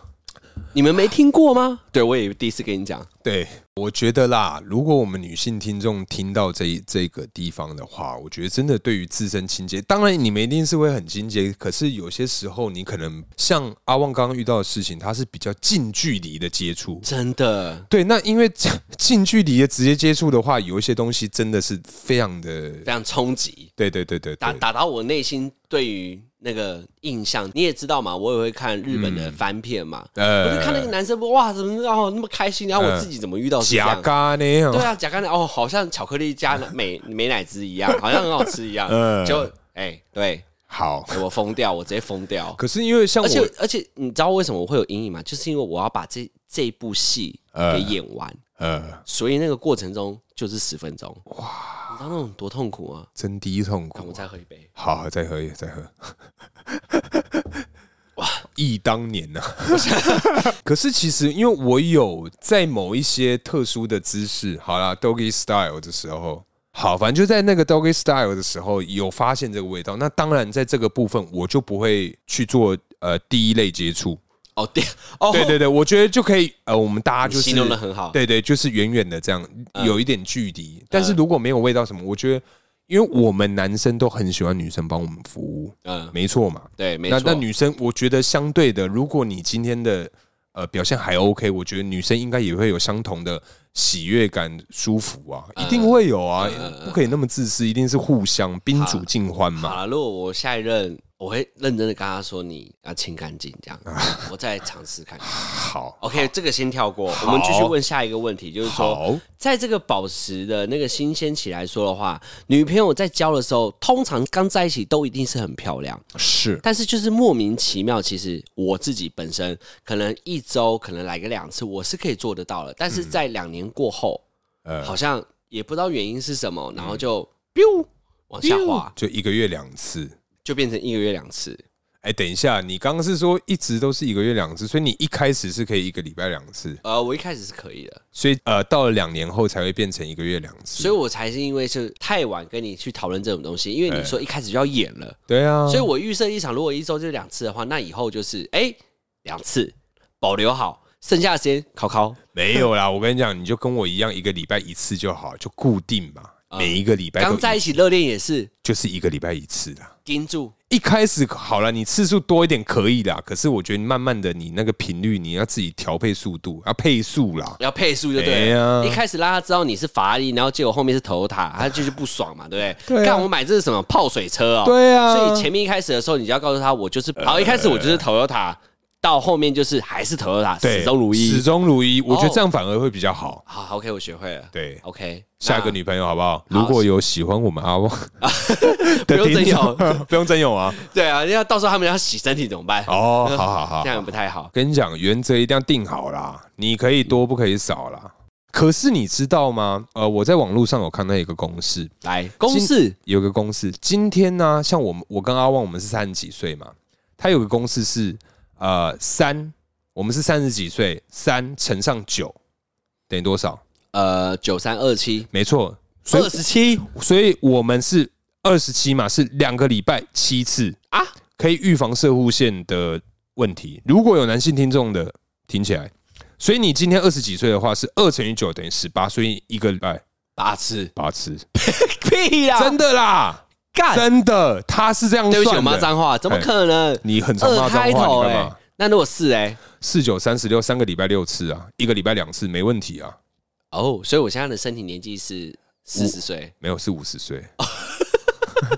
S2: 你们没听过吗？对，我也第一次跟你讲，
S1: 对，我觉得啦，如果我们女性听众听到这一这个地方的话，我觉得真的对于自身清洁，当然你们一定是会很清洁，可是有些时候你可能像阿旺刚刚遇到的事情，它是比较近距离的接触。
S2: 真的
S1: 对，那因为近距离的直接接触的话，有一些东西真的是非常的，
S2: 非常冲击，
S1: 对对对对
S2: 打
S1: 对，
S2: 打到我内心对于那个印象。你也知道嘛，我也会看日本的
S1: 嗯
S2: 番片嘛，我就看那个男生哇，怎么哦那么开心，然后我自己怎么遇到是这
S1: 嗯假
S2: 样？
S1: 咖那样
S2: 对，啊，假干的哦，好像巧克力加美美乃滋一样，好像很好吃一样，
S1: 嗯
S2: 就哎对。
S1: 好。
S2: 我疯掉，我直接疯掉。
S1: 可是因为像
S2: 而且
S1: 我，
S2: 而且，你知道为什么我会有阴影吗？就是因为我要把这这一部戏给演完，
S1: 呃，
S2: 所以那个过程中就是十分钟。哇，你知道那种多痛苦吗？
S1: 真低痛
S2: 看
S1: 苦
S2: 我。再喝一杯，
S1: 好，好再喝一，再 喝。哇，忆当年 呐、可是其实，因为我有在某一些特殊的姿势，好啦 d o g g y Style 的时候，好，反正就在那个 d o g g y Style 的时候有发现这个味道。那当然，在这个部分我就不会去做呃第一类接触。
S2: 哦对，哦
S1: 对对对，我觉得就可以呃，我们大家就是
S2: 形容的很好。
S1: 对对，就是远远的这样，
S2: 嗯
S1: 有一点距离。但是如果没有味道什么，我觉得，因为我们男生都很喜欢女生帮我们服务，
S2: 嗯，
S1: 没错嘛。
S2: 对，没
S1: 那那
S2: 错。
S1: 女生，我觉得相对的，如果你今天的呃表现还 OK，我觉得女生应该也会有相同的喜悦感、舒服啊，
S2: 嗯
S1: 一定会有啊，不可以那么自私，一定是互相宾主尽欢嘛。
S2: 好了，如果我下一任，我会认真的跟他说，你要清干净 这样，我再尝试看看。
S1: 好，
S2: OK，这个先跳过，我们继续问下一个问题，就是说，
S1: 好，
S2: 在这个宝石的那个新鲜期来说的话，女朋友在交的时候，通常刚在一起都一定是很漂亮，
S1: 是
S2: 但是就是莫名其妙，其实我自己本身可能一周可能来个两次，我是可以做得到的，但是在两年过后，
S1: 呃
S2: 好像也不知道原因是什么，然后就 biu 往下滑，
S1: 就一个月两次。
S2: 就变成一个月两次。
S1: 哎、等一下，你刚刚是说一直都是一个月两次，所以你一开始是可以一个礼拜两次，
S2: 呃，我一开始是可以的，
S1: 所以呃，到了两年后才会变成一个月两次。
S2: 所以我才是因为是太晚跟你去讨论这种东西，因为你说一开始就要演了，
S1: 对啊，
S2: 所以我预设一场如果一周就两次的话，那以后就是哎两、次保留好，剩下的时间考考。
S1: 没有啦。我跟你讲，你就跟我一样，一个礼拜一次就好，就固定嘛，每一个礼拜都
S2: 嗯刚在一起热恋也是
S1: 就是一个礼拜一次啦。
S2: 盯住，
S1: 一开始好了，你次数多一点可以啦，可是我觉得慢慢的，你那个频率你要自己调配速度，要配速啦。
S2: 要配速就对
S1: 哎
S2: 了。
S1: 呀
S2: 一开始让他知道你是法拉利，然后结果后面是头塔，他就是不爽嘛，对不对？
S1: 对啊
S2: 干、我买这是什么泡水车哦、
S1: 对啊呃
S2: 所以前面一开始的时候，你就要告诉他，我就是好，一开始我就是 Toyota，到后面就是还是 Toyota，
S1: 对，
S2: 始终如一。
S1: 始终如一。我觉得
S2: 哦
S1: 这样反而会比较好。
S2: 好，OK，我学会了。
S1: 对
S2: ，OK，
S1: 下一个女朋友好不好？如果有喜欢我们阿旺
S2: 啊 不
S1: 的
S2: 用
S1: 听
S2: 真
S1: 众
S2: 有，
S1: 不用真有啊。
S2: 那对啊，要到时候他们要洗身体怎么办？
S1: 哦，好好好
S2: 嗯这，样也不太好。
S1: 跟你讲，原则一定要定好啦，你可以多，不可以少啦。可是你知道吗？呃，我在网络上有看到一个公式，
S2: 来，公式
S1: 有个公式，今天呢、像我们，我跟阿旺，我们是三十几岁嘛，他有个公式是，呃，三，我们是三十几岁，三乘上九等于多少？
S2: 呃九三二七
S1: 没错，所以
S2: 二十七
S1: 所以我们是二十七嘛，是两个礼拜七次
S2: 啊，
S1: 可以预防射护腺的问题。如果有男性听众的，听起来，所以你今天二十几岁的话，是二乘以九等于十八，所以一个礼拜
S2: 八次，
S1: 八次，
S2: 屁啦，
S1: 真的啦，
S2: 干！
S1: 真的，他是这样
S2: 对不起，我
S1: 算
S2: 骂
S1: 的。
S2: 脏话，怎么可能？
S1: 你很常骂
S2: 二
S1: 脏
S2: 开头
S1: 话，你干
S2: 哎
S1: 嘛？，
S2: 那如果是哎，
S1: 四九三十六，三个礼拜六次啊，一个礼拜两次，没问题啊。
S2: 哦，所以我现在的身体年纪是四十岁，
S1: 没有是五十岁，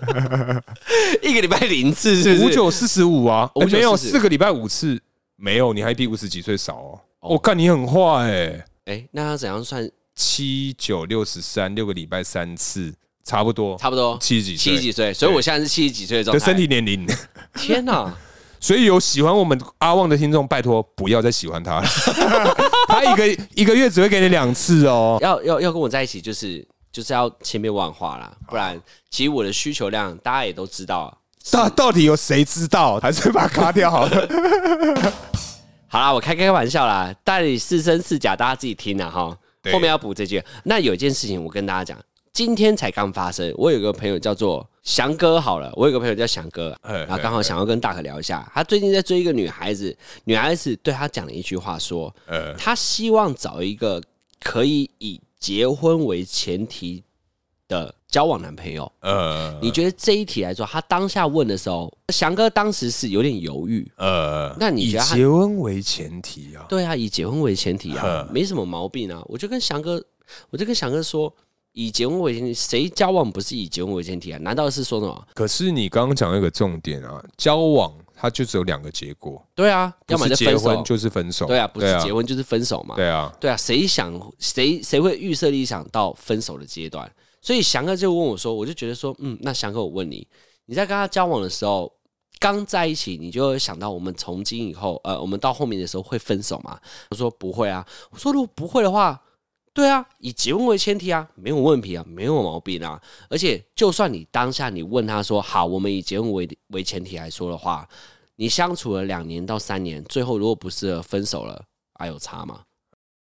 S2: 一个礼拜零次是
S1: 五
S2: 不是？
S1: 九四十五啊，哎
S2: 59
S1: 没有
S2: 40
S1: 四个礼拜五次，没有，你还比五十几岁少哦。我看你很坏哎。
S2: 哎，那要怎样算？
S1: 七九六十三，六个礼拜三次，差不多，
S2: 差不多
S1: 七十几
S2: 七
S1: 岁
S2: 十几岁，哎所以我现在是七十几岁的状
S1: 的
S2: 态。
S1: 身体，年龄。
S2: 天哪！
S1: 所以有喜欢我们阿旺的听众，拜托不要再喜欢 他了。他一个一个月只会给你两次哦。
S2: 要要要跟我在一起，就是就是要千变万化啦，不然其实我的需求量大家也都知道啊。
S1: 到到底有谁知道？还是把它卡掉好 了。
S2: 好啦，我开开玩笑啦，到底是真是假，大家自己听啦哈。
S1: 对
S2: 后面要补这句。那有一件事情我跟大家讲，今天才刚发生。我有个朋友叫做翔哥，好了，我有个朋友叫翔哥，
S1: 哎
S2: 然后啊刚好想要跟大可聊一下，他最近在追一个女孩子，女孩子对他讲了一句话说，
S1: 呃，
S2: 他希望找一个可以以结婚为前提的交往男朋友。
S1: 呃
S2: 你觉得这一题来说，他当下问的时候，翔哥当时是有点犹豫。
S1: 呃，
S2: 那你
S1: 以
S2: 觉得他
S1: 结婚为前提啊？
S2: 对啊，以结婚为前提啊
S1: 呵，
S2: 没什么毛病啊。我就跟翔哥，我就跟翔哥说，以结婚为前提，谁交往不是以结婚为前提啊？难道是说什么？
S1: 可是你刚刚讲到一个重点啊，交往它就只有两个结果，
S2: 对啊，要么
S1: 不
S2: 就是
S1: 结
S2: 分
S1: 婚
S2: 手，
S1: 就是分手，
S2: 对啊，不是结
S1: 婚，
S2: 婚就是分手嘛。
S1: 对啊，
S2: 对啊，谁想谁谁会预设立想到分手的阶段？所以翔哥就问我说，我就觉得说，嗯，那翔哥，我问你，你在跟他交往的时候，刚在一起，你就会想到我们从今以后，呃，我们到后面的时候会分手吗？我说不会啊。我说如果不会的话，对啊，以结婚为前提啊，没有问题啊，没有毛病啊。而且就算你当下你问他说，好，我们以结婚为为前提来说的话，你相处了两年到三年，最后如果不适合分手了，还、有差吗？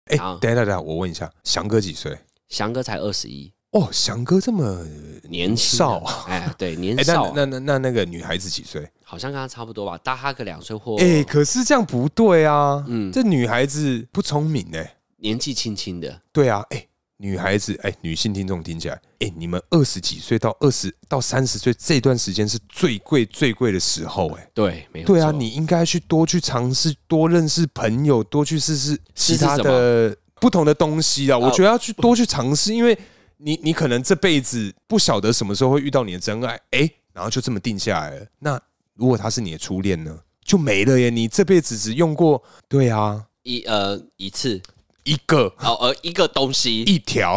S1: 哎、
S2: 啊
S1: 等一下等一下，我问一下，翔哥几岁？
S2: 翔哥才二十一，
S1: 哦，翔哥这么
S2: 年轻
S1: 少啊，
S2: 啊，哎， 对，
S1: 哎、
S2: 年
S1: 那
S2: 少啊，
S1: 那那那那个女孩子几岁？
S2: 好像跟他差不多吧，大他个两岁或
S1: 哎、可是这样不对啊，
S2: 嗯
S1: 这女孩子不聪明哎、
S2: 年纪轻轻的，
S1: 对啊，哎、女孩子，哎、女性听众听起来，哎、你们二十几岁到二十到三十岁这段时间是最贵最贵的时候、哎，
S2: 对，没有
S1: 对啊，
S2: 错
S1: 你应该去多去尝试，多认识朋友，多去试试其他
S2: 试什
S1: 的不同的东西啊。
S2: 哦
S1: 我觉得要去多去尝试，因为你你可能这辈子不晓得什么时候会遇到你的真爱，哎、然后就这么定下来了。那如果他是你的初恋呢，就没了耶。你这辈子只用过，对啊，
S2: 一呃一次
S1: 一个
S2: 哦呃一个东 西，
S1: 一 条。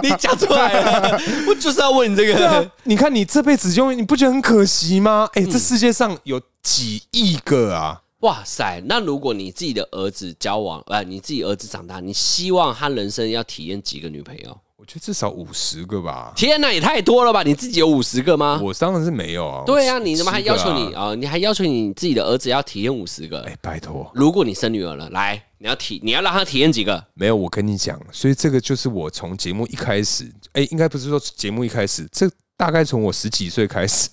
S2: 你讲出来了， 我就是要问你这
S1: 对啊
S2: 个，，
S1: 你看你这辈子用，你不觉得很可惜吗？哎、
S2: 嗯
S1: 这世界上有几亿个啊，
S2: 哇塞，那如果你自己的儿子交往，呃，你自己儿子长大，你希望他人生要体验几个女朋友？
S1: 我觉得至少五十个吧。
S2: 天哪，也太多了吧？你自己有五十个吗？
S1: 我当然是没有啊。
S2: 对啊，
S1: 我
S2: 你怎么还
S1: 七个
S2: 要
S1: 啊
S2: 求你啊、呃你还要求你自己的儿子要体验五十个
S1: 哎、？拜托，
S2: 如果你生女儿了，来，你要体，你要让她体验几个？
S1: 没有，我跟你讲，所以这个就是我从节目一开始，哎、应该不是说节目一开始，这大概从我十几岁开 始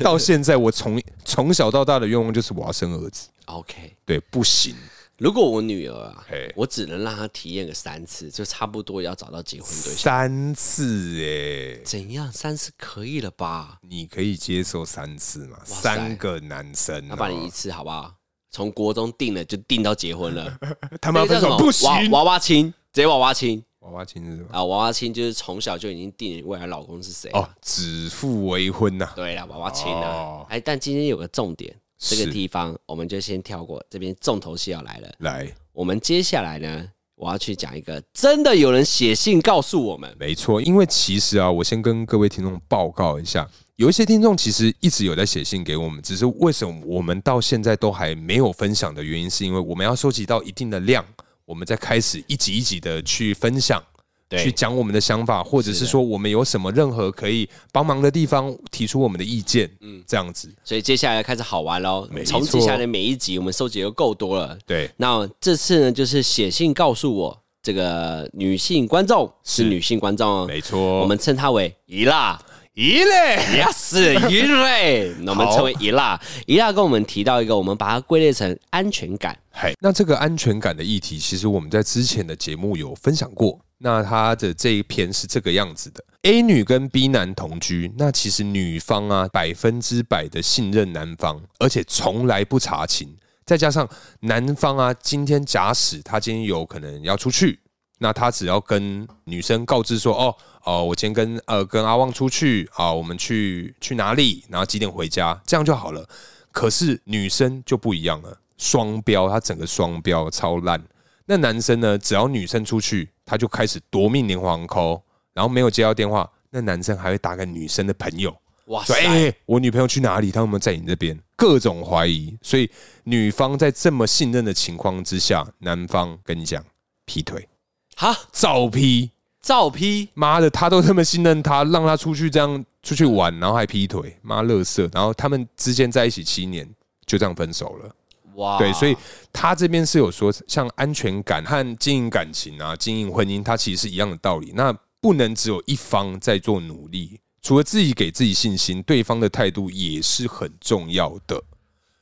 S1: 到现在，我从从小到大的愿望就是我要生儿子。
S2: OK，
S1: 对，不行，
S2: 如果我女儿啊
S1: 嘿，
S2: 我只能让她体验个三次，就差不多要找到结婚对象。
S1: 三次哎、
S2: 怎样？三次可以了吧？
S1: 你可以接受三次吗？
S2: 塞
S1: 三个男生、啊
S2: 那把你一次好不好？哦从国中定了就定到结婚 了，
S1: 他们要分
S2: 那
S1: 手
S2: 个
S1: 不
S2: 叫什
S1: 行
S2: 么，娃娃娃亲，直接娃娃亲
S1: 娃娃亲是什么？
S2: 啊！娃娃亲就是从小就已经定你未来老公是谁。
S1: 哦，指腹为婚呐、
S2: 对啦，娃娃亲啊
S1: 哦！
S2: 哎，但今天有个重点，这
S1: 是
S2: 个地方我们就先跳过，这边重头戏要来了。
S1: 来，
S2: 我们接下来呢，我要去讲一个真的有人写信告诉我们，
S1: 没错，因为其实啊，我先跟各位听众报告一下，有一些听众其实一直有在写信给我们，只是为什么我们到现在都还没有分享的原因，是因为我们要收集到一定的量，我们再开始一集一集的去分享。去
S2: 对，
S1: 讲我们的想法，或者
S2: 是
S1: 是
S2: 的
S1: 说我们有什么任何可以帮忙的地方，提出我们的意见，嗯，这样子，
S2: 所以接下来开始好玩喽
S1: 没。
S2: 从
S1: 错
S2: 接下来每一集我们收集的够多了，
S1: 对，
S2: 那这次呢，就是写信告诉我这个女性观众是
S1: 是
S2: 女性观众哦，
S1: 没错，
S2: 我们称她为怡娜。
S1: 一类，
S2: Yes，怡瑞，那我们称为怡娜。怡娜跟我们提到一个，我们把它归类成安全感。
S1: 嘿，那这个安全感的议题，其实我们在之前的节目有分享过。那他的这一篇是这个样子的：A 女跟 B 男同居，那其实女方啊百分之百的信任男方，而且从来不查情。再加上男方啊，今天假使他今天有可能要出去，那他只要跟女生告知说，哦哦、我今天跟呃跟阿旺出去啊、我们去去哪里，然后几点回家，这样就好了。可是女生就不一样了，双标，她整个双标超烂。那男生呢，只要女生出去，他就开始夺命连环 call，然后没有接到电话，那男生还会打给女生的朋友，
S2: 哇
S1: 说：“
S2: 塞，
S1: 哎、我女朋友去哪里？她有没有在你这边？”各种怀疑，所以女方在这么信任的情况之下，男方跟你讲劈腿，
S2: 哈，
S1: 照劈。
S2: 照批
S1: 妈的，他都这么信任他，让他出去这样出去玩，然后还劈腿，妈乐色。然后他们之间在一起七年，就这样分手了。
S2: 哇，
S1: 对，所以他这边是有说，像安全感和经营感情啊、经营婚姻，它其实是一样的道理。那不能只有一方在做努力，除了自己给自己信心，对方的态度也是很重要的。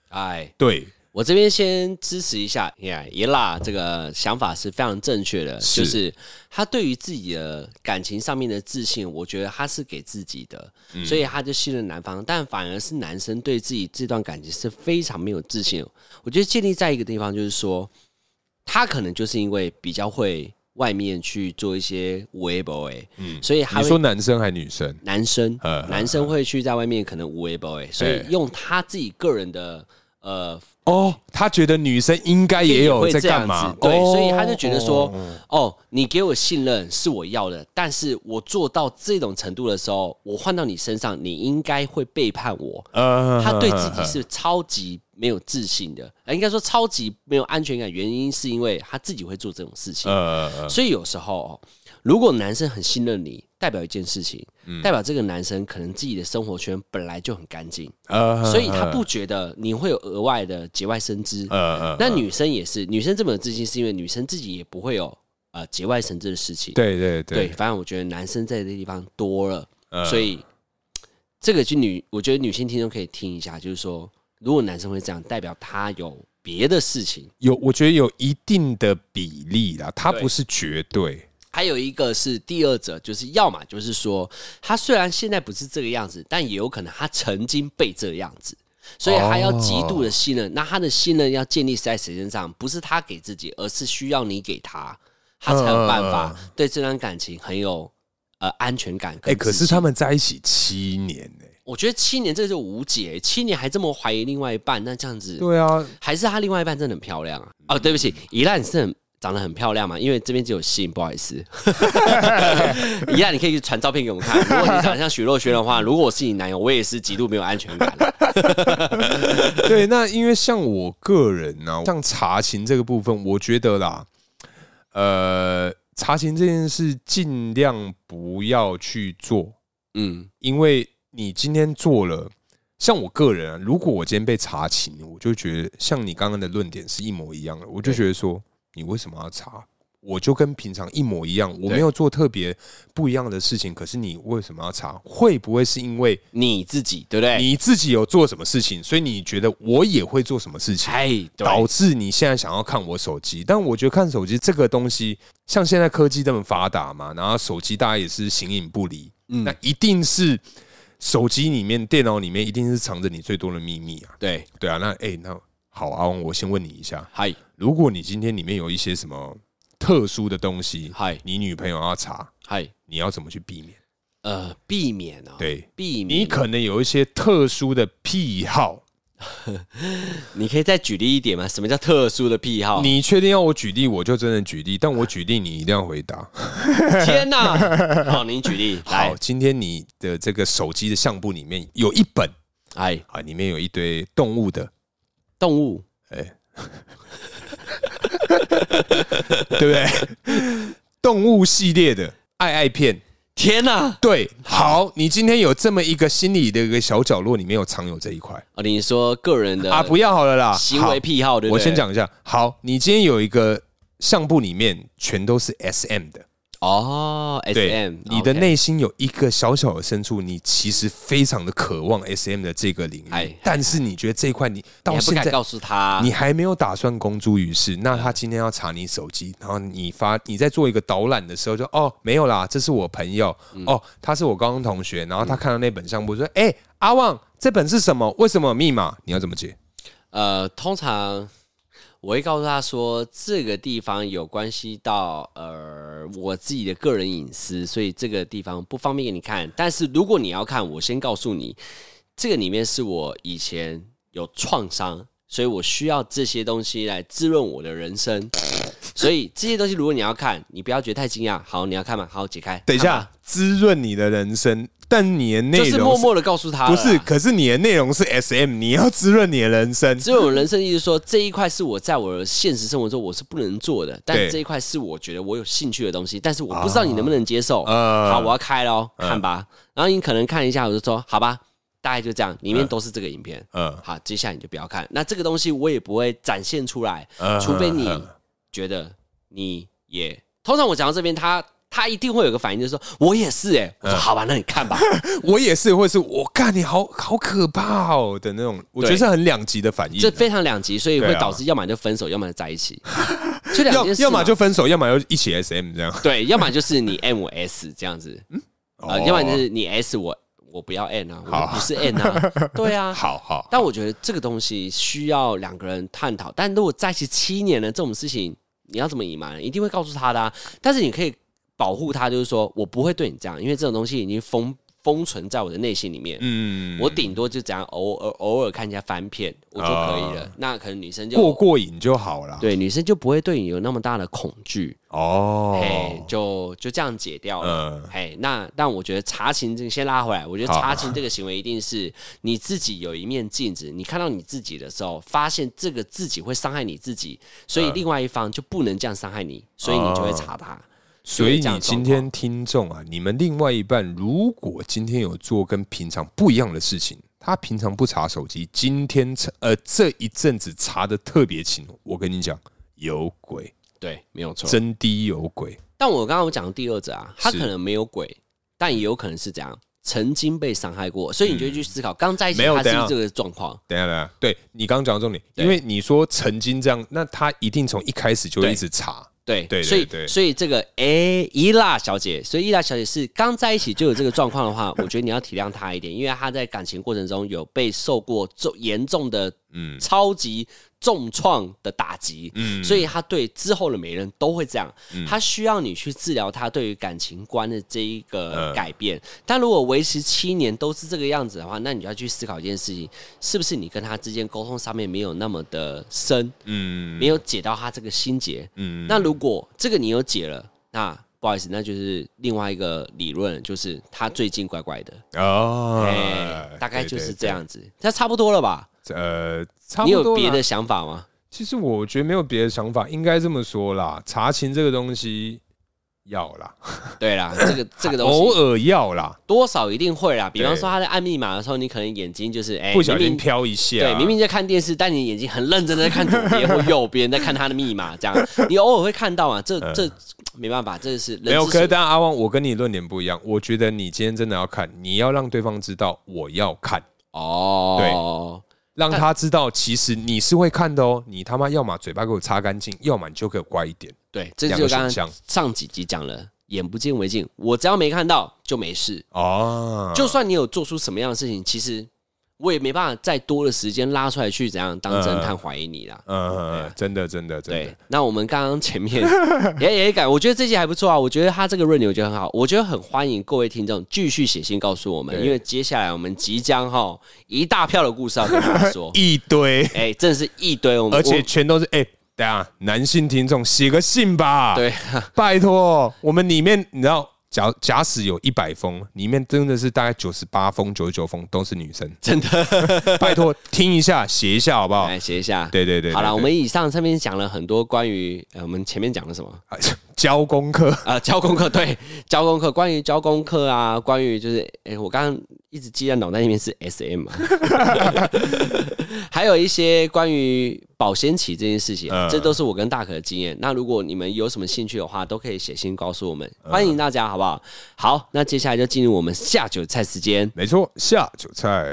S2: 哎，
S1: 对，
S2: 我这边先支持一下耶耶啦，这个想法是非常正确的，
S1: 是
S2: 就是他对于自己的感情上面的自信，我觉得他是给自己的，
S1: 嗯
S2: 所以他就信任男方，但反而是男生对自己这段感情是非常没有自信的。我觉得建立在一个地方，就是说他可能就是因为比较会外面去做一些无 a b l 嗯，所以他
S1: 你
S2: 会
S1: 说男生还女生？
S2: 男生
S1: 呃，
S2: 男生会去在外面可能无为 boy，所以用他自己个人的呃，
S1: 哦，他觉得女生应该也有
S2: 会
S1: 在
S2: 这样
S1: 干
S2: 子
S1: 嘛，，
S2: 对，
S1: 哦
S2: 所以他就觉得说
S1: 哦，
S2: 哦，你给我信任是我要的，但是我做到这种程度的时候，我换到你身上，你应该会背叛我。
S1: 呃
S2: 他对自己是超级没有自信的，呃应该说超级没有安全感，原因是因为他自己会做这种事情。
S1: 呃
S2: 所以有时候哦，如果男生很信任你，代表一件事情，
S1: 嗯
S2: 代表这个男生可能自己的生活圈本来就很干净，
S1: 呃
S2: 所以他不觉得你会有额外的节外生枝。
S1: 呃
S2: 那女生也是，女生这么有自信，是因为女生自己也不会有呃节外生枝的事情。
S1: 对对
S2: 对，
S1: 对，
S2: 反正我觉得男生在这地方多了，
S1: 呃
S2: 所以这个就女，我觉得女性听众可以听一下，就是说，如果男生会这样，代表他有别的事情。
S1: 有我觉得有一定的比例啦，它
S2: 对
S1: 不是绝对，
S2: 还有一个是第二者，就是要么就是说，他虽然现在不是这个样子，但也有可能他曾经被这个样子，所以他要极度的信任。那他的信任要建立在谁身上？不是他给自己，而是需要你给他，他才有办
S1: 嗯
S2: 法对这段感情很有呃安全感
S1: 哎、
S2: 跟
S1: 可
S2: 自信。
S1: 是他们在一起七年欸呢、
S2: 我觉得七年这个就无解，七年还这么怀疑另外一半，那这样子
S1: 对啊，
S2: 还是他另外一半真的很漂亮啊！
S1: 嗯
S2: 哦，对不起，怡兰是很长得很漂亮嘛，因为这边只有信，不好 意思。怡兰，你可以传照片给 我们看。如果你长得像许若瑄的话，如果我是你男友，我也是极度没有安全感啊 的。
S1: 对，那因为像我个人呢、像查情这个部分，我觉得啦，呃，查情这件事尽量不要去做，
S2: 嗯，
S1: 因为你今天做了，像我个人、啊，如果我今天被查勤，我就觉得像你刚刚的论点是一模一样的，我就觉得说，你为什么要查？我就跟平常一模一样，我
S2: 对
S1: 没有做特别不一样的事情，可是你为什么要查？会不会是因为
S2: 你自己对不对？
S1: 你自己有做什么事情，所以你觉得我也会做什么事情？
S2: 哎，对，
S1: 导致你现在想要看我手机，但我觉得看手机这个东西，像现在科技这么发达嘛，然后手机大家也是形影不离，
S2: 嗯
S1: 那一定是手机里面、电脑里面一定是藏着你最多的秘密啊。
S2: 对，
S1: 对啊，那哎、那好，阿翁，我先问你一下，
S2: 嗨
S1: 如果你今天里面有一些什么特殊的东西，
S2: 嗨
S1: 你女朋友要查，
S2: 嗨，
S1: 你要怎么去避免？
S2: 呃，避免啊，，
S1: 对
S2: 避免。
S1: 你可能有一些特殊的癖好，
S2: 你可以再举例一点吗？什么叫特殊的癖 好？
S1: 你确定要我举例，我就真的举例，但
S2: 哎
S1: 我举例你一定要回答。
S2: 天哪！好，您举例来
S1: 好，，今天你的这个手机的相簿里面有一本
S2: 哎，
S1: 啊，里面有一堆动物 的，
S2: 动物
S1: 对不对？动物系列的爱爱片，
S2: 天哪！
S1: 对，好，你今天有这么一个心理的一个小角落，里面有藏有这一块
S2: 哦，你说个人的
S1: 啊，不要好了啦，
S2: 呃行为癖好，对
S1: 好，
S2: 不
S1: 我
S2: 对？
S1: 先讲一下，好，你今天有一个相簿里面全都是 S M 的，
S2: 哦，S
S1: 对
S2: M，
S1: 你的内心有一个小小的深处，你其实非常的渴望 S M 的这个领
S2: 哎
S1: 域，但是你觉得这一块你
S2: 你
S1: 到
S2: 还不
S1: 现在
S2: 敢告诉他，
S1: 你还没有打算公诸于世，那他今天要查你手机，然后你发你在做一个导览的时候就哦没有啦，这是我朋友、哦，他是我高中同学，然后他看到那本相簿说，哎、阿旺这本是什么？为什么有密码？你要怎么解？
S2: 呃，通常我会告诉他说，这个地方有关系到呃我自己的个人隐私，所以这个地方不方便给你看。但是如果你要看，我先告诉你，这个里面是我以前有创伤，所以我需要这些东西来滋润我的人生。所以这些东西，如果你要看，你不要觉得太惊讶。好，你要看吗？好，解开。
S1: 等一
S2: 看吧
S1: 下，滋润你的人生，但你的
S2: 就
S1: 内
S2: 是
S1: 容
S2: 默默的告诉他了
S1: 不
S2: 啦，
S1: 是，可是你的内容是 S M，你要滋润你的人生。
S2: 只有人生意思说这一块是我在我的现实生活中我是不能做的，但
S1: 对啊
S2: 这一块是我觉得我有兴趣的东西，但是我不知道你能不能接受。
S1: 呃
S2: 好，我要开喽，看吧。然后你可能看一下，我就说好吧，大概就这样，里面都是这个影片。
S1: 嗯
S2: 好，接下来你就不要看。那这个东西我也不会展现出来，
S1: 呃
S2: 除非你觉得你也。通常我讲到这边，他他一定会有个反应，就是说我也是哎、
S1: 嗯
S2: 我说好吧，那你 看吧，
S1: 我也是，或者是我干你好好可怕哦的那种，我觉得是很两极的反应
S2: 这
S1: 啊。
S2: 非常两极，所以会
S1: 对啊
S2: 导致要么就分手，要么就在 一起，就两
S1: 要
S2: 件事嘛，
S1: 要么就分手，要么就一起 SM 这样。
S2: 对，要么就是你 M 我 S 这样子，
S1: 嗯
S2: 啊，要
S1: 哦
S2: 么就是你 S 我我不要 N 啊，我就
S1: 好
S2: 不是 N 啊，对啊，
S1: 好好，
S2: 但我觉得这个东西需要两个人探讨。但如果在一起七年了，这种事情你要怎么隐瞒？一定会告诉他的、啊。但是你可以保护他，就是说我不会对你这样，因为这种东西已经封封存在我的内心里面。
S1: 嗯，
S2: 我顶多就这样偶尔偶尔看一下翻片，我就可以了。那可能女生就
S1: 哦过过瘾就好了。
S2: 对女生就不会对你有那么大的恐惧，哎、
S1: 哦，
S2: 就就这样解掉了。
S1: 嗯，
S2: 哎，那但我觉得查情这个先拉回来，我觉得
S1: 好
S2: 查情这个行为一定是你自己有一面镜子，你看到你自己的时候，发现这个自己会伤害你自己，所以
S1: 嗯
S2: 另外一方就不能这样伤害你，所以你
S1: 哦
S2: 就会查他。
S1: 所以
S2: 这样
S1: 你
S2: 的状
S1: 今
S2: 况
S1: 天听众啊，你们另外一半如果今天有做跟平常不一样的事情，他平常不查手机，今天查呃这一阵子查的特别勤，我跟你讲，有鬼，
S2: 对，没有错。
S1: 真的有鬼。
S2: 但我刚刚讲的第二者啊，他
S1: 是
S2: 可能没有鬼，但也有可能是怎样，曾经被伤害过，所以你就会去思考，刚在一起
S1: 嗯没有
S2: 他是不
S1: 等
S2: 是
S1: 一下
S2: 这个状况？
S1: 等一下，等一下，对你刚刚讲的重点，
S2: 对
S1: 因为你说曾经这样，那他一定从一开始就会一直查，
S2: 对
S1: 对对
S2: 所以
S1: 对
S2: 所以这个诶，伊娜小姐，所以伊娜小姐是刚在一起就有这个状况 的话，我觉得你要体谅她一点，因为她在感情过程中有被受过重严重的
S1: 嗯
S2: 超级重创的打击，
S1: 嗯，
S2: 所
S1: 以
S2: 以她对之后的每人都会这样，她需要你去治疗她对于感情观的这一个
S1: 嗯
S2: 改变。但如果维持七年都是这个样子的话，那你就要去思考一件事情，是不是你跟她之间沟通上面没有那么的深，
S1: 嗯
S2: 没有解到她这个心结，
S1: 嗯
S2: 那如果这个你有解了，那不好意思，那就是另外一个理论，就是他最近怪怪的，
S1: 哦
S2: 哎、大概就是这，
S1: 对
S2: 样子，那差不多了吧？
S1: 对对呃，差不
S2: 你
S1: 多啦
S2: 有别的想法吗？
S1: 其实我觉得没有别的想法，应该这么说啦。查情这个东西要啦，
S2: 对啦，这个这个东
S1: 偶
S2: 西
S1: 尔要啦，
S2: 多少一定会啦。比方
S1: 对
S2: 说他在按密码的时候，你可能眼睛就是哎、
S1: 不小
S2: 明
S1: 心啊
S2: 明
S1: 飘一下、
S2: 对，明明在看电视，但你眼睛很认真的在看左边或右边，在看他的密码，这样你偶尔会看到嘛？这这没办法，这是人
S1: 嗯没有。可
S2: 之
S1: 是，
S2: 所
S1: 但阿旺，我跟你论点不一样。我觉得你今天真的要看，你要让对方知道我要看，
S2: 哦，
S1: 让他知道其实你是会看的哦。你他妈要么嘴巴给我擦干净，要么你就给我乖一点。
S2: 对，这
S1: 两
S2: 就
S1: 个
S2: 刚
S1: 选
S2: 刚
S1: 项
S2: 上几集讲了，眼不见为净。我只要没看到就没事，
S1: 哦，
S2: 就算你有做出什么样的事情，其实我也没办法再多的时间拉出来去怎样当
S1: 嗯
S2: 侦探怀疑你啦。
S1: 呃，真的，真的，真
S2: 对
S1: 的，，
S2: 那我们刚刚前面 也也感，我觉得这集还不错啊，我觉得他这个论点我觉得很好，我觉得很欢迎各位听众继续写信告诉我们，
S1: 对，
S2: 因为接下来我们即将哈一大票的故事要跟大家说
S1: 一堆，
S2: 哎、真的是一堆我们，
S1: 而且
S2: 我
S1: 全都是哎、等一下男性听众写个信 吧。
S2: 对，
S1: 拜托，我们里面你知道，假假使有一百封，里面真的是大概九十八封、九十九封都是女生，真的。 哎拜托，听一下，写一下好不好？
S2: 来哎写一下，
S1: 对对对，
S2: 好了，
S1: 对
S2: 我们以上上面讲了很多关于、呃、我们前面讲了什么。
S1: 对交功课，
S2: 啊、交功课 对，交功课，关于交功课啊，关于就是，哎、我刚刚一直记在脑袋里面是 S M 嘛， 还有一些关于保鲜期这件事情，啊
S1: 嗯
S2: 这都是我跟大可的经验。那如果你们有什么兴趣的话，都可以写信告诉我们，
S1: 嗯
S2: 欢迎大家，好不好？好，那接下来就进入我们下酒菜时间。
S1: 没错，下酒菜。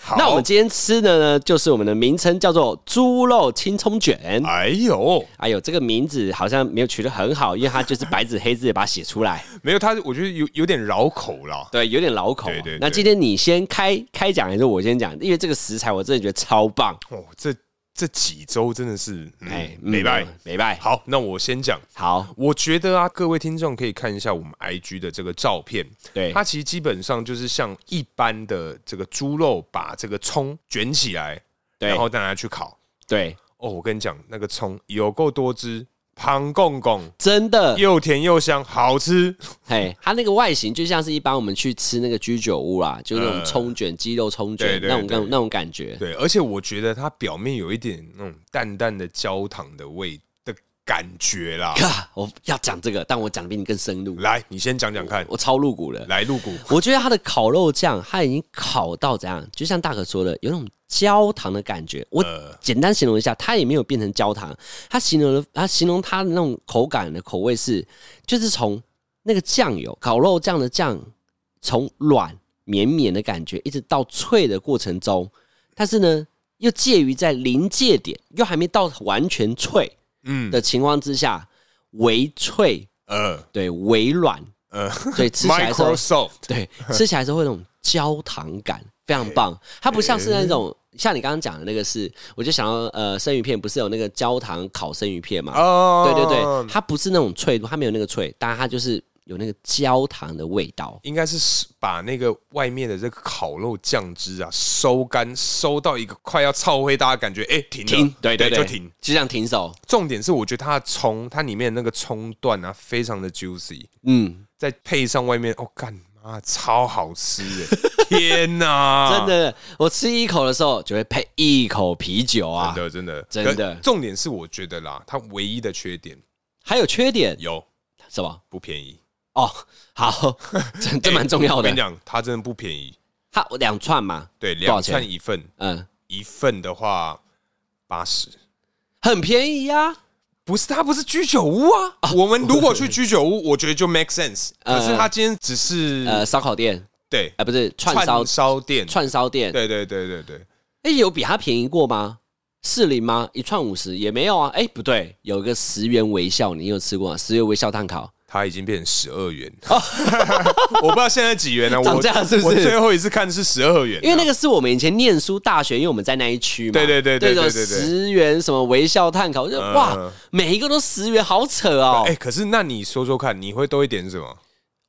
S1: 好
S2: 那我们今天吃的呢，就是我们的名称叫做猪肉青葱卷。
S1: 哎呦，
S2: 哎呦，这个名字好像没有取得很好，因为它就是白纸黑字地把它写出来。
S1: 没有他，我觉得有有点绕口啦。
S2: 对，有点老口啊、
S1: 对对对
S2: 那今天你先开开讲还是我先讲？因为这个食材我真的觉得超棒。
S1: 哦，这这几周真的是，哎
S2: 哎，，
S1: 没办法。
S2: 没拜。
S1: 好，那我先讲。
S2: 好，
S1: 我觉得啊，各位听众可以看一下我们 IG 的这个照片，
S2: 对
S1: 它其实基本上就是像一般的这个猪肉，把这个葱卷起来，
S2: 对
S1: 然后大家去烤。
S2: 对，
S1: 哦，我跟你讲，那个葱有够多汁，胖公公，
S2: 真的，
S1: 又甜又香，好吃。
S2: 嘿，它那个外形就像是一般我们去吃那个居酒屋啦，就是那种葱卷、鸡肉葱卷
S1: 嗯对对
S2: 那种那种
S1: 对
S2: 那种感觉。
S1: 对，而且我觉得它表面有一点那种淡淡的焦糖的味的感觉啦。
S2: 啊，我要讲这个，但我讲的比你更深入，
S1: 来，你先讲讲看，
S2: 我超露骨了。
S1: 来入股，
S2: 我觉得它的烤肉酱，它已经烤到怎样？就像大可说的，有那种焦糖的感觉。我
S1: 呃，
S2: 简单形容一下，它也没有变成焦糖，它形容的，它形容它的那种口感的口味是，就是从那个酱油，烤肉酱的酱，从软绵绵的感觉，一直到脆的过程中，但是呢，又介于在临界点，又还没到完全脆
S1: 嗯，
S2: 的情况之下，微脆，
S1: 呃
S2: 对，微软，
S1: 呃
S2: 所以吃起来的 时候，
S1: ，Microsoft，
S2: 对，吃起来是会有那种焦糖感，非常棒。它不像是那种像你刚刚讲的那个是，我就想到呃，生鱼片不是有那个焦糖烤生鱼片嘛？
S1: 哦，
S2: 对对对，，它不是那种脆度，它没有那个脆，但它就是有那个焦糖的味道。
S1: 应该是把那个外面的这个烤肉酱汁啊收干，收到一个快要超灰，大家感觉哎、停了
S2: 停，对
S1: 对
S2: 对，
S1: 就停。，
S2: 就这样停手。
S1: 重点是我觉得它的葱，它里面的那个葱段啊，非常的 juicy，
S2: 嗯，
S1: 再配上外面，哦干妈超好吃 哎！天哪，
S2: 嗯真的，我吃一口的时候就会配一口啤酒啊。
S1: 真的真
S2: 真
S1: 的
S2: 的
S1: 可重点是我觉得啦，它唯一的缺点
S2: 还有缺点
S1: 有
S2: 什么？
S1: 不便宜，
S2: 哦， 好，这这蛮重要
S1: 哎我
S2: 的
S1: 跟你。讲，它真的不便宜，
S2: 它两串嘛，
S1: 对，
S2: 多少
S1: 两
S2: 钱
S1: 串一份，
S2: 嗯，
S1: 一份的话八十。
S2: 很便宜呀、
S1: 不是，它不是居酒屋啊。我们如果去居酒屋，我觉得就 make sense。可
S2: 哦 呃
S1: 是它今天只是、
S2: 呃，烧烤店，
S1: 对
S2: 哎、不是串烧
S1: 烧店，
S2: 串烧店，
S1: 对对对对对，
S2: 哎、有比它便宜过吗？四零吗？一串五十也没有啊。哎、不对，有一个十元微笑，你有吃过吗？十元微笑炭烤，
S1: 它已经变成十二元。 我不知道现在几元啊了、我
S2: 哦 涨价是不是
S1: 我最后一次看是十二元啊、
S2: 因为那个是我们以前念书大学，因为我们在那一区嘛。
S1: 对对对对
S2: 对
S1: 对对对
S2: 十元什么微笑炭烤，我就、
S1: 嗯
S2: 哇，每一个都十元，好扯哦。
S1: 哎、可是那你说说看，你会多一点什么？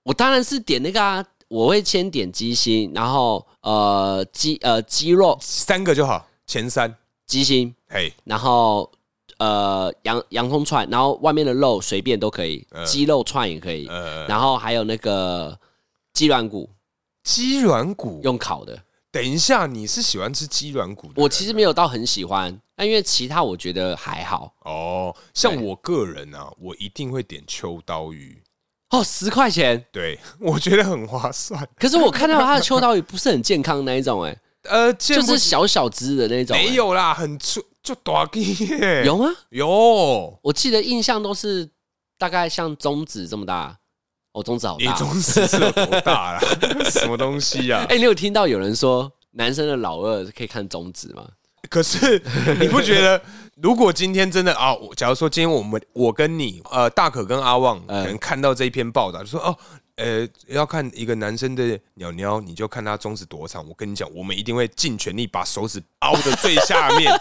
S2: 我当然是点那个啊，我会先点鸡心，然后呃鸡呃鸡肉
S1: 三个就好，前三。
S2: 鸡心，
S1: 嘿，
S2: 然后呃洋洋葱串，然后外面的肉随便都可以，
S1: 嗯
S2: 鸡肉串也可以，
S1: 呃，
S2: 然后还有那个鸡软骨
S1: 鸡软骨。
S2: 用烤的，
S1: 等一下，你是喜欢吃鸡软骨的人？
S2: 我其实没有到很喜欢，但因为其他我觉得还好。
S1: 哦，像
S2: 对
S1: 我个人啊，我一定会点秋刀鱼。
S2: 哦，十块钱，
S1: 对， 我觉得很划算。
S2: 可是我看到它的秋刀鱼不是很健康那一种、哎，
S1: 呃，
S2: 就
S1: 就是
S2: 小小只的那种、哎
S1: 没有啦，很粗，就大鸡耶。
S2: 有吗？
S1: 有，
S2: 我记得印象都是大概像中指这么大，哦，中指好
S1: 你
S2: 大。
S1: 中指是有多大啦？ 什么东西啊呀、
S2: 哎、你有听到有人说男生的老二可以看中指吗？
S1: 可是你不觉得，如果今天真的啊，我假如说今天我们我跟你呃大可跟阿旺可能看到这一篇报道，就说哦。呃，要看一个男生的鸟鸟，你就看他中指多长。我跟你讲，我们一定会尽全力把手指凹的最下面，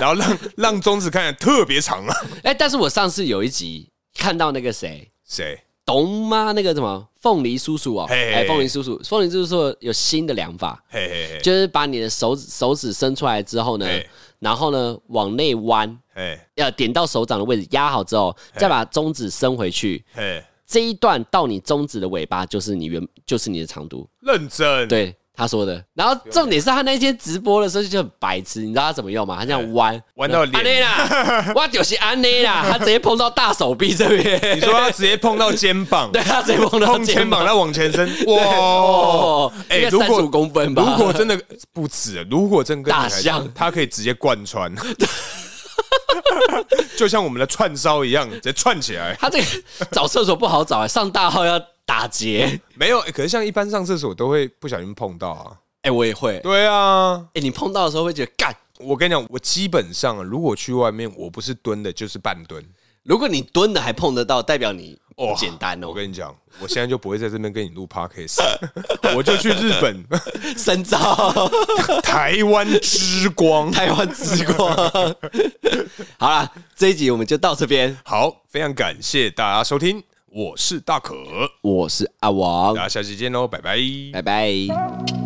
S1: 然后让 让中指看起来特别长啊。
S2: 哎、但是我上次有一集看到那个谁，
S1: 谁？
S2: 懂吗？那个什么凤梨叔叔哦，
S1: 嘿嘿
S2: 哎，凤梨叔叔，凤梨叔叔有新的量法，
S1: 嘿嘿嘿，
S2: 就是把你的手指手指伸出来之后呢
S1: 嘿，
S2: 然后呢往内弯，
S1: 嘿
S2: 要点到手掌的位置压好之后，再把中指伸回去。
S1: 嘿，
S2: 这一段到你中指的尾巴就是你原就是你的长度，
S1: 认真。
S2: 对他说的。然后重点是他那天直播的时候就很白痴，你知道他怎么用吗？他这样弯
S1: 弯到
S2: 安内
S1: 脸。
S2: 啦，我就是安内啦，他直接碰到大手臂这边，
S1: 你 说他直接碰到肩膀，
S2: 对他直接碰到
S1: 碰
S2: 肩
S1: 肩
S2: 膀
S1: 膀，再往前伸， 哇！
S2: 哦，
S1: 哎
S2: 应该
S1: 如
S2: 三
S1: 果
S2: 十五公分吧？
S1: 如果真的不止，如果真跟
S2: 大
S1: 女孩子
S2: 象
S1: 他可以直接贯穿， 就像我们的串烧一样，直接串起来。
S2: 他这个找厕所不好找、欸上大号要打结。
S1: 没有，可是像一般上厕所都会不小心碰到啊。
S2: 哎、我也会。哎、
S1: 对啊，
S2: 你碰到的时候会觉得干。
S1: 我跟你讲，我基本上啊如果去外面，我不是蹲的，就是半蹲。
S2: 如果你蹲的还碰得到，代表你
S1: 哦
S2: 简单
S1: 我
S2: 哦，
S1: 跟你讲，我现在就不会在这边跟你录 podcast，我就去日本、
S2: 深造
S1: 台湾之光。
S2: 台湾之光。好啦，这一集我们就到这边。
S1: 好，非常感谢大家收听，我是大可，
S2: 我是阿王
S1: 大，家下期见喽，拜拜。
S2: 拜拜。